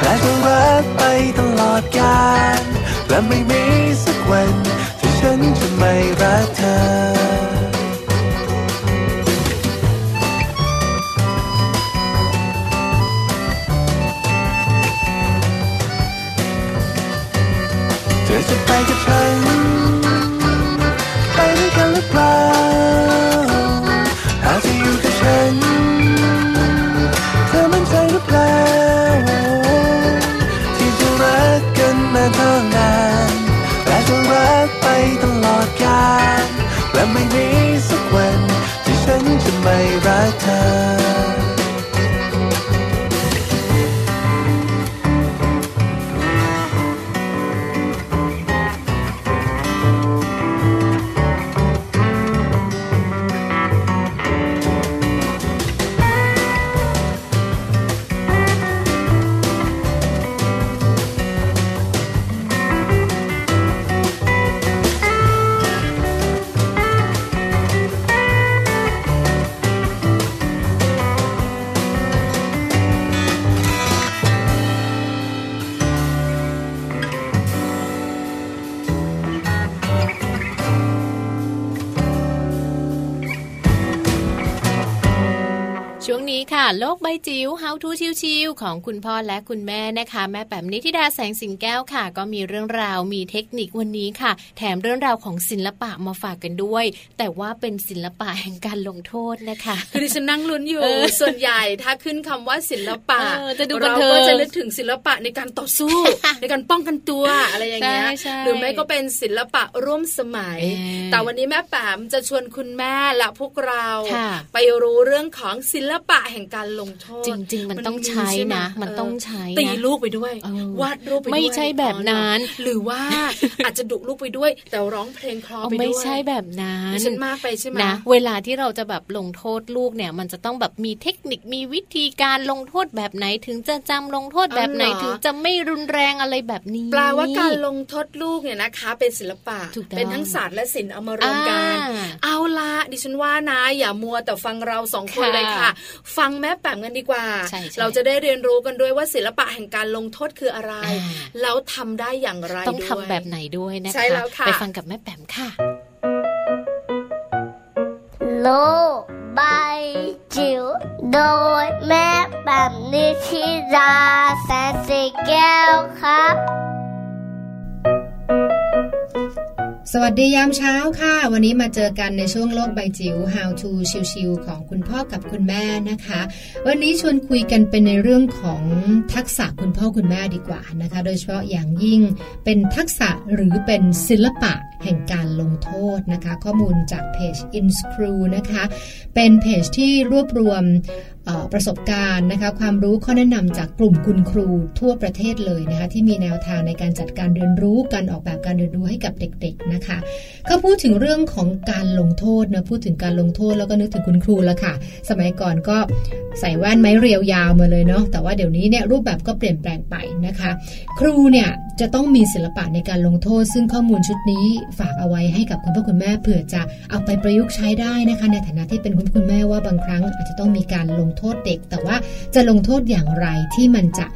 Speaker 4: และจะรักไปตลอดกาลและไม่มีสักวัน ที่ฉันจะไม่รักเธอ เธอจะไปกับฉัน ไปด้วยกัน ทำไมรักเธอ
Speaker 7: ช่วงนี้ค่ะ โลกใบจิ๋ว How to ชิวๆของคุณพ่อและคุณแม่นะคะ แม่แปมนิธิดาแสงสิงแก้วค่ะ ก็มีเรื่องราวมีเทคนิควันนี้ค่ะ แถมเรื่องราวของศิลปะมาฝากกันด้วย แต่ว่าเป็นศิลปะแห่งการลงโทษนะคะ
Speaker 3: คือดิฉันนั่งลุ้นอยู่
Speaker 7: เออ
Speaker 3: ส่วนใหญ่ถ้าขึ้นคำว่าศิลปะ
Speaker 7: เออจะดูบัน
Speaker 3: เรา
Speaker 7: เทิง
Speaker 3: ก็จะนึกถึงศิลปะในการต่อสู้ ในการป้องกันตัวอะไรอย่างเงี้ย
Speaker 7: ใช่ใช่
Speaker 3: หรือไม่ก็เป็นศิลปะร่วมสมัย
Speaker 7: เออ
Speaker 3: แต่วันนี้แม่แปมจะชวนคุณแม่และพวกเรา
Speaker 7: ค่ะ
Speaker 3: ไปรู้เรื่องของศิลปะแห่งการลงโทษ
Speaker 7: จริง ๆ มันต้องใช้นะ
Speaker 3: ใช่ไห
Speaker 7: มันต้องใช้นะ
Speaker 3: ตีลูกไปด้วย
Speaker 7: เออ
Speaker 3: วาดรูปไปด้วย
Speaker 7: ไม่ใช่แบบนั้น
Speaker 3: หรือว่าอาจจะดุลูกไปด้วย แต่ร้องเพลงคลอ
Speaker 7: อ๋อ
Speaker 3: ไปด้วย
Speaker 7: ไม่ใช่แบบนั้น
Speaker 3: ดิฉันมากไปใช่ไหม
Speaker 7: นะเวลาที่เราจะแบบลงโทษลูกเนี่ย มันจะต้องแบบมีเทคนิคมีวิธีการลงโทษแบบไหนถึงจะจำลงโทษแบบไหน
Speaker 3: เอาเหรอ
Speaker 7: ถึงจะไม่รุนแรงอะไรแบบนี้
Speaker 3: แปลว่าการลงโทษลูกเนี่ยนะคะ เป็นศิลปะ
Speaker 7: ถูกต้อง
Speaker 3: เป็นทั้งศาสตร์และศิลป์เอามารวมกัน
Speaker 7: อ่า
Speaker 3: เอาละดิฉันว่านะอย่ามัวแต่ฟังเราสองคน
Speaker 7: ค่ะ
Speaker 3: เลยค่ะ ฟังแม่แปมกันดีกว่า
Speaker 7: ใช่ใช่
Speaker 3: เราจะได้เรียนรู้กันด้วยว่าศิลปะแห่งการลงโทษคืออะไร
Speaker 7: อ่า
Speaker 3: แล้วทำได้อย่างไร
Speaker 7: ต้องทำ
Speaker 3: ด้วย
Speaker 7: แบบไหนด้วยนะ
Speaker 3: ใช่
Speaker 7: คะ
Speaker 3: แล้วค่ะ
Speaker 7: ไปฟังกับแม่แปมค่ะ
Speaker 8: โลกใบจิ๋วโดยแม่แบบนิชิราแสนสีแก้วครับ
Speaker 9: สวัสดียามเช้าค่ะ วันนี้มาเจอกันในช่วงโลกใบจิ๋ว How to ชิวๆของคุณพ่อกับคุณแม่นะคะ วันนี้ชวนคุยกันเป็นในเรื่องของทักษะคุณพ่อคุณแม่ดีกว่านะคะ โดยเฉพาะอย่างยิ่งเป็นทักษะหรือเป็นศิลปะแห่งการลงโทษนะคะ ข้อมูลจากเพจ InScrew นะคะ เป็นเพจที่รวบรวมเอ่อประสบการณ์นะคะความรู้ข้อแนะนำจากกลุ่มคุณครูทั่วประเทศเลยนะคะที่มีแนวทางในการจัดการเรียนรู้การออกแบบการเรียนรู้ให้กับเด็ก ๆนะคะก็พูดถึงเรื่องของการลงโทษนะพูดถึงการลงโทษแล้วก็นึกถึงคุณครูแล้วค่ะ สมัยก่อนก็ใส่แว่นไม้เรียวยาวมาเลยเนาะแต่ว่าเดี๋ยวนี้เนี่ยรูปแบบก็เปลี่ยนแปลงไปนะคะ ครูเนี่ยจะต้องมีศิลปะในการลงโทษ ซึ่งข้อมูลชุดนี้ฝากเอาไว้ให้กับคุณพ่อคุณแม่เผื่อจะเอาไปประยุกต์ใช้ได้นะคะ ในฐานะที่เป็นคุณพ่อคุณแม่ว่าบางครั้งอาจจะต้องมีการลงโทษเด็ก แต่ว่าจะลงโทษอย่างไรที่มันจะ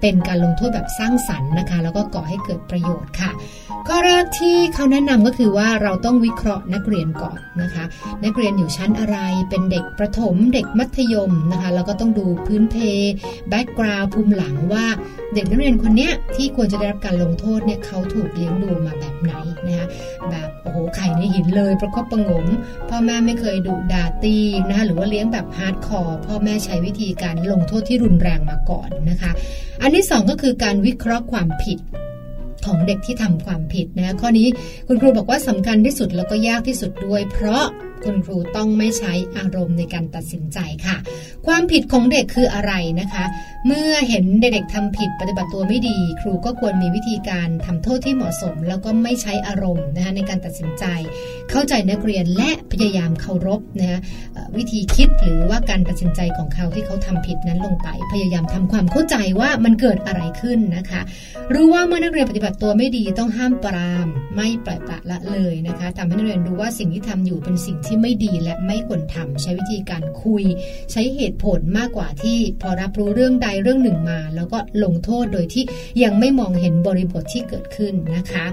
Speaker 9: เป็นการลงโทษแบบสร้างสรรค์นะคะ แล้วก็ก่อให้เกิดประโยชน์ค่ะ ข้อแรกที่เขาแนะนำก็คือว่าเราต้องวิเคราะห์นักเรียนก่อนนะคะ นักเรียนอยู่ชั้นอะไร เป็นเด็กประถม เด็กมัธยมนะคะ แล้วก็ต้องดูพื้นเพ แบ็กกราวด์ภูมิหลังว่าเด็กนักเรียนคนเนี้ยที่ควรจะได้รับการลงโทษเนี่ยเขาถูกเลี้ยงดูมาแบบไหนนะคะแบบโอ้โหไข่ในหินเลยประคบประหงม พ่อแม่ไม่เคยดุด่าตีนะคะหรือว่าเลี้ยงแบบฮาร์ดคอร์พ่อแม่ใช้วิธีการลงโทษที่รุนแรงมาก่อนนะคะ อันที่สองก็คือการวิเคราะห์ความผิดของเด็กที่ทำความผิดนะข้อนี้คุณครูบอกว่าสำคัญที่สุดแล้วก็ยากที่สุดด้วย เพราะคุณครูต้องไม่ใช้อารมณ์ในการตัดสินใจค่ะ ความผิดของเด็กคืออะไรนะคะ เมื่อเห็นเด็กๆทำผิดปฏิบัติตัวไม่ดี ครูก็ควรมีวิธีการทำโทษที่เหมาะสม แล้วก็ไม่ใช้อารมณ์นะคะในการตัดสินใจ เข้าใจนักเรียนและพยายามเคารพนะคะเอ่อวิธีคิดหรือว่าการตัดสินใจของเขาที่เขาทำผิดนั้นลงไป พยายามทำความเข้าใจว่ามันเกิดอะไรขึ้นนะคะ รู้ว่าเมื่อนักเรียนปฏิบัติตัวไม่ดีต้องห้ามปราม ไม่ปล่อยปละละเลยนะคะทำให้นักเรียนรู้ว่าสิ่งที่ทำอยู่เป็นสิ่งที่ไม่ดีและไม่ควรทำใช้วิธีการคุย ใช้เหตุผลมากกว่าที่พอรับรู้เรื่องใดเรื่องหนึ่งมา แล้วก็ลงโทษโดยที่ยังไม่มองเห็นบริบทที่เกิดขึ้นนะคะ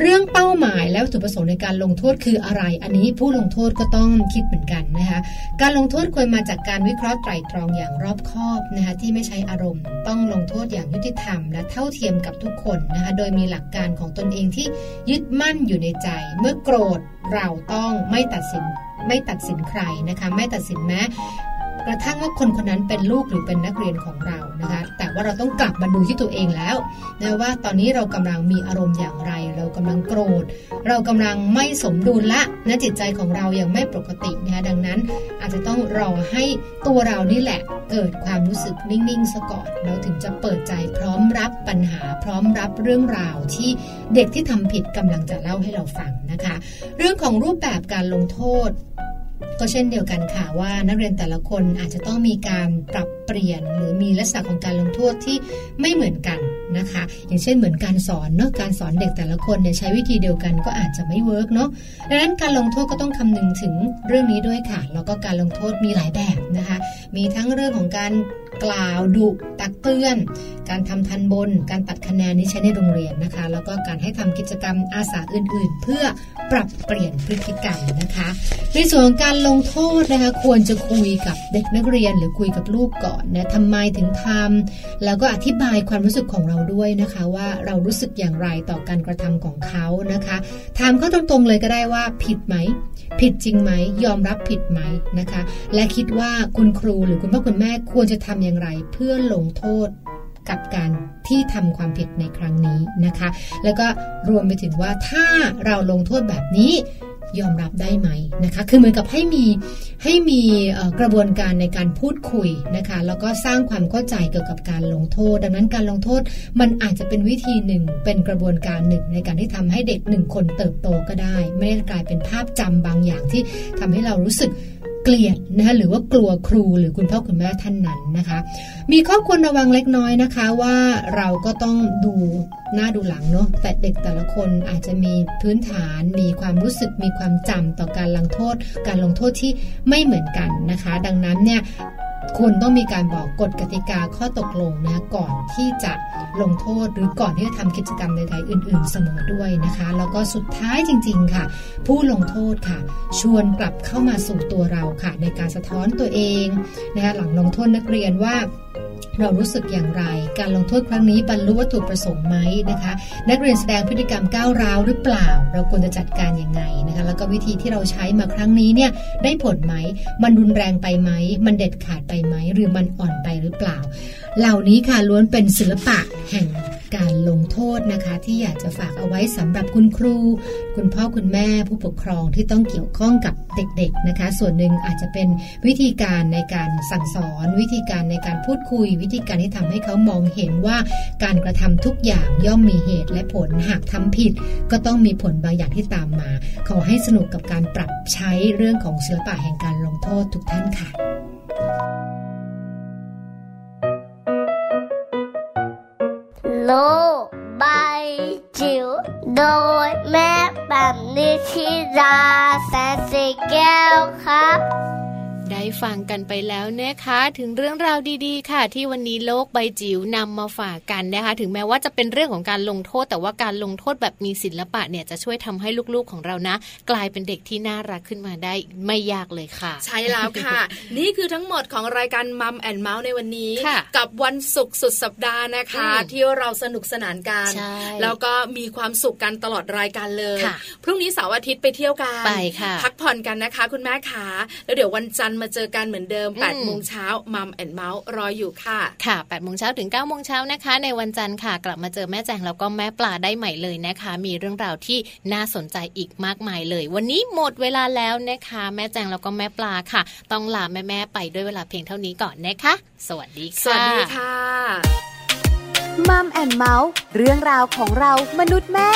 Speaker 9: เรื่องเป้าหมายและวัตถุประสงค์ในการลงโทษคืออะไร อันนี้ผู้ลงโทษก็ต้องคิดเหมือนกันนะคะ การลงโทษควรมาจากการวิเคราะห์ไตรตรองอย่างรอบคอบนะคะที่ไม่ใช้อารมณ์ ต้องลงโทษอย่างยุติธรรม และเท่าเทียมกับทุกคนนะคะโดยมีหลักการของตนเองที่ยึดมั่นอยู่ในใจ เมื่อโกรธเราต้องไม่ตัดสินไม่ตัดสินใครนะคะไม่ตัดสินแม้ กระทั่งว่าคนคนนั้นเป็นลูกหรือเป็นนักเรียนของเรานะคะ แต่ว่าเราต้องกลับมาดูที่ตัวเองแล้วนะว่าตอนนี้เรากำลังมีอารมณ์อย่างไร เรากำลังโกรธ เรากำลังไม่สมดุลละนะจิตใจของเรายังไม่ปกตินะคะดังนั้น อาจจะต้องรอให้ตัวเรานี่แหละ เกิดความรู้สึกนิ่งๆซะก่อนแล้วถึงจะเปิดใจพร้อมรับปัญหาพร้อมรับเรื่องราวที่เด็กที่ทำผิดกำลังจะเล่าให้เราฟังนะคะ เรื่องของรูปแบบการลงโทษ ก็เช่นเดียวกันค่ะว่านักเรียนแต่ละคนอาจจะต้องมีการปรับเปลี่ยน หรือมีลักษณะของการลงโทษที่ไม่เหมือนกันนะคะ อย่างเช่นเหมือนการสอนเนาะการสอนเด็กแต่ละคนเนี่ยใช้วิธีเดียวกันก็อาจจะไม่เวิร์กเนาะดังนั้นการลงโทษก็ต้องคำนึงถึงเรื่องนี้ด้วยค่ะ แล้วก็การลงโทษมีหลายแบบนะคะ มีทั้งเรื่องของการกล่าวดุตักเตือน การทำทันบน การตัดคะแนนนี้ใช้ในโรงเรียนนะคะ แล้วก็การให้ทำกิจกรรมอาสาอื่นๆ เพื่อปรับเปลี่ยนพฤติกรรมนะคะ ในส่วนของการลงโทษนะคะควรจะคุยกับเด็กนักเรียนหรือคุยกับลูกก่อนนะทำไมถึงทำแล้วก็อธิบายความรู้สึกของเราด้วยนะคะ ว่าเรารู้สึกอย่างไรต่อการกระทำของเขานะคะถามเขาตรงๆเลยก็ได้ว่าผิดไหม ผิดจริงไหมยอมรับผิดไหมนะคะ และคิดว่าคุณครูหรือคุณพ่อคุณแม่ควรจะทำอย่างไร เพื่อลงโทษกับการที่ทำความผิดในครั้งนี้นะคะ แล้วก็รวมไปถึงว่าถ้าเราลงโทษแบบนี้ ยอมรับได้ไหมนะคะ คือเหมือนกับให้มีให้มีเอ่อกระบวนการในการพูดคุยนะคะ แล้วก็สร้างความเข้าใจเกี่ยวกับการลงโทษ ดังนั้นการลงโทษมันอาจจะเป็นวิธีหนึ่ง เป็นกระบวนการหนึ่งในการที่ทำให้เด็กหนึ่งคนเติบโตก็ได้ ไม่ได้กลายเป็นภาพจำบางอย่างที่ทำให้เรารู้สึกเกลียดนะคะหรือว่ากลัวครูหรือคุณพ่อคุณแม่ท่านนั้นนะคะ มีข้อควรระวังเล็กน้อยนะคะว่าเราก็ต้องดูหน้าดูหลังเนาะแต่เด็กแต่ละคนอาจจะมีพื้นฐาน มีความรู้สึกมีความจำต่อการลงโทษ การลงโทษที่ไม่เหมือนกันนะคะ ดังนั้นเนี่ยควรต้องมีการบอกกฎกติกาข้อตกลงนะก่อนที่จะลงโทษหรือก่อนที่จะทำกิจกรรมใดๆอื่น ๆ เสมอด้วยนะคะ แล้วก็สุดท้ายจริง ๆ ค่ะ ผู้ลงโทษค่ะ ชวนกลับเข้ามาสู่ตัวเราค่ะ ในการสะท้อนตัวเองนะคะหลังลงโทษนักเรียนว่า เรารู้สึกอย่างไร การลงโทษครั้งนี้บรรลุวัตถุประสงค์ไหมนะคะ นักเรียนแสดงพฤติกรรมก้าวร้าวหรือเปล่า เราควรจะจัดการยังไงนะคะ แล้วก็วิธีที่เราใช้มาครั้งนี้เนี่ยได้ผลไหม มันรุนแรงไปไหม มันเด็ดขาดไปไหม หรือมันอ่อนไปหรือเปล่า เหล่านี้ค่ะล้วนเป็นศิลปะแห่งการลงโทษนะคะ ที่อยากจะฝากเอาไว้สำหรับคุณครู คุณพ่อคุณแม่ผู้ปกครองที่ต้องเกี่ยวข้องกับเด็กๆนะคะ ส่วนหนึ่งอาจจะเป็นวิธีการในการสั่งสอน วิธีการในการพูดคุย วิธีการที่ทำให้เขามองเห็นว่าการกระทำทุกอย่างย่อมมีเหตุและผลหากทำผิด ก็ต้องมีผลบางอย่างที่ตามมา ขอให้สนุกกับการปรับใช้เรื่องของศิลปะแห่งการลงโทษทุกท่านค่ะ
Speaker 8: โลกใบจิ๋วโดยแม่แบบนิชิราแสนสีแก้วครับ
Speaker 7: ได้ฟังกันไปแล้วนะคะ ถึงเรื่องราวดีๆ ค่ะ ที่วันนี้โลกใบจิ๋วนำมาฝากกันนะคะ ถึงแม้ว่าจะเป็นเรื่องของการลงโทษ แต่ว่าการลงโทษแบบมีศิลปะเนี่ยจะช่วยทำให้ลูกๆของเรานะ กลายเป็นเด็กที่น่ารักขึ้นมาได้ไม่ยากเลยค่ะ
Speaker 3: ใช่แล้วค่ะ นี่คือทั้งหมดของรายการมัมแอนเมาส์ในวันนี้
Speaker 7: ค่ะ
Speaker 3: กับวันศุกร์สุดสัปดาห์นะคะ
Speaker 7: อืม
Speaker 3: ที่เราสนุกสนานกัน
Speaker 7: ใช่
Speaker 3: แล้วก็มีความสุขกันตลอดรายการเลย
Speaker 7: ค่ะ
Speaker 3: พรุ่งนี้เสาร์อาทิตย์ไปเที่ยวกัน
Speaker 7: ไปค่ะ
Speaker 3: พักผ่อนกันนะคะ คุณแม่ขาแล้วเดี๋ยววันจันทร์มาเจอกันเหมือนเดิม
Speaker 7: อืม
Speaker 3: 8ปดโมงเช้ามัมแอนเมาส์รออยู่ค่ะ
Speaker 7: ค่ะ8โมงเช้าถึง9โมงเช้านะคะ ในวันจันทร์ค่ะ กลับมาเจอแม่แจงแล้วก็แม่ปลาได้ใหม่เลยนะคะ มีเรื่องราวที่น่าสนใจอีกมากมายเลย วันนี้หมดเวลาแล้วนะคะ แม่แจงแล้วก็แม่ปลาค่ะ ต้องลาแม่ๆไปด้วยเวลาเพียงเท่านี้ก่อนนะคะ สวัสดีค่ะ
Speaker 3: สวัสดีค่ะ
Speaker 5: มัมแอนเมาส์เรื่องราวของเรามนุษย์แม่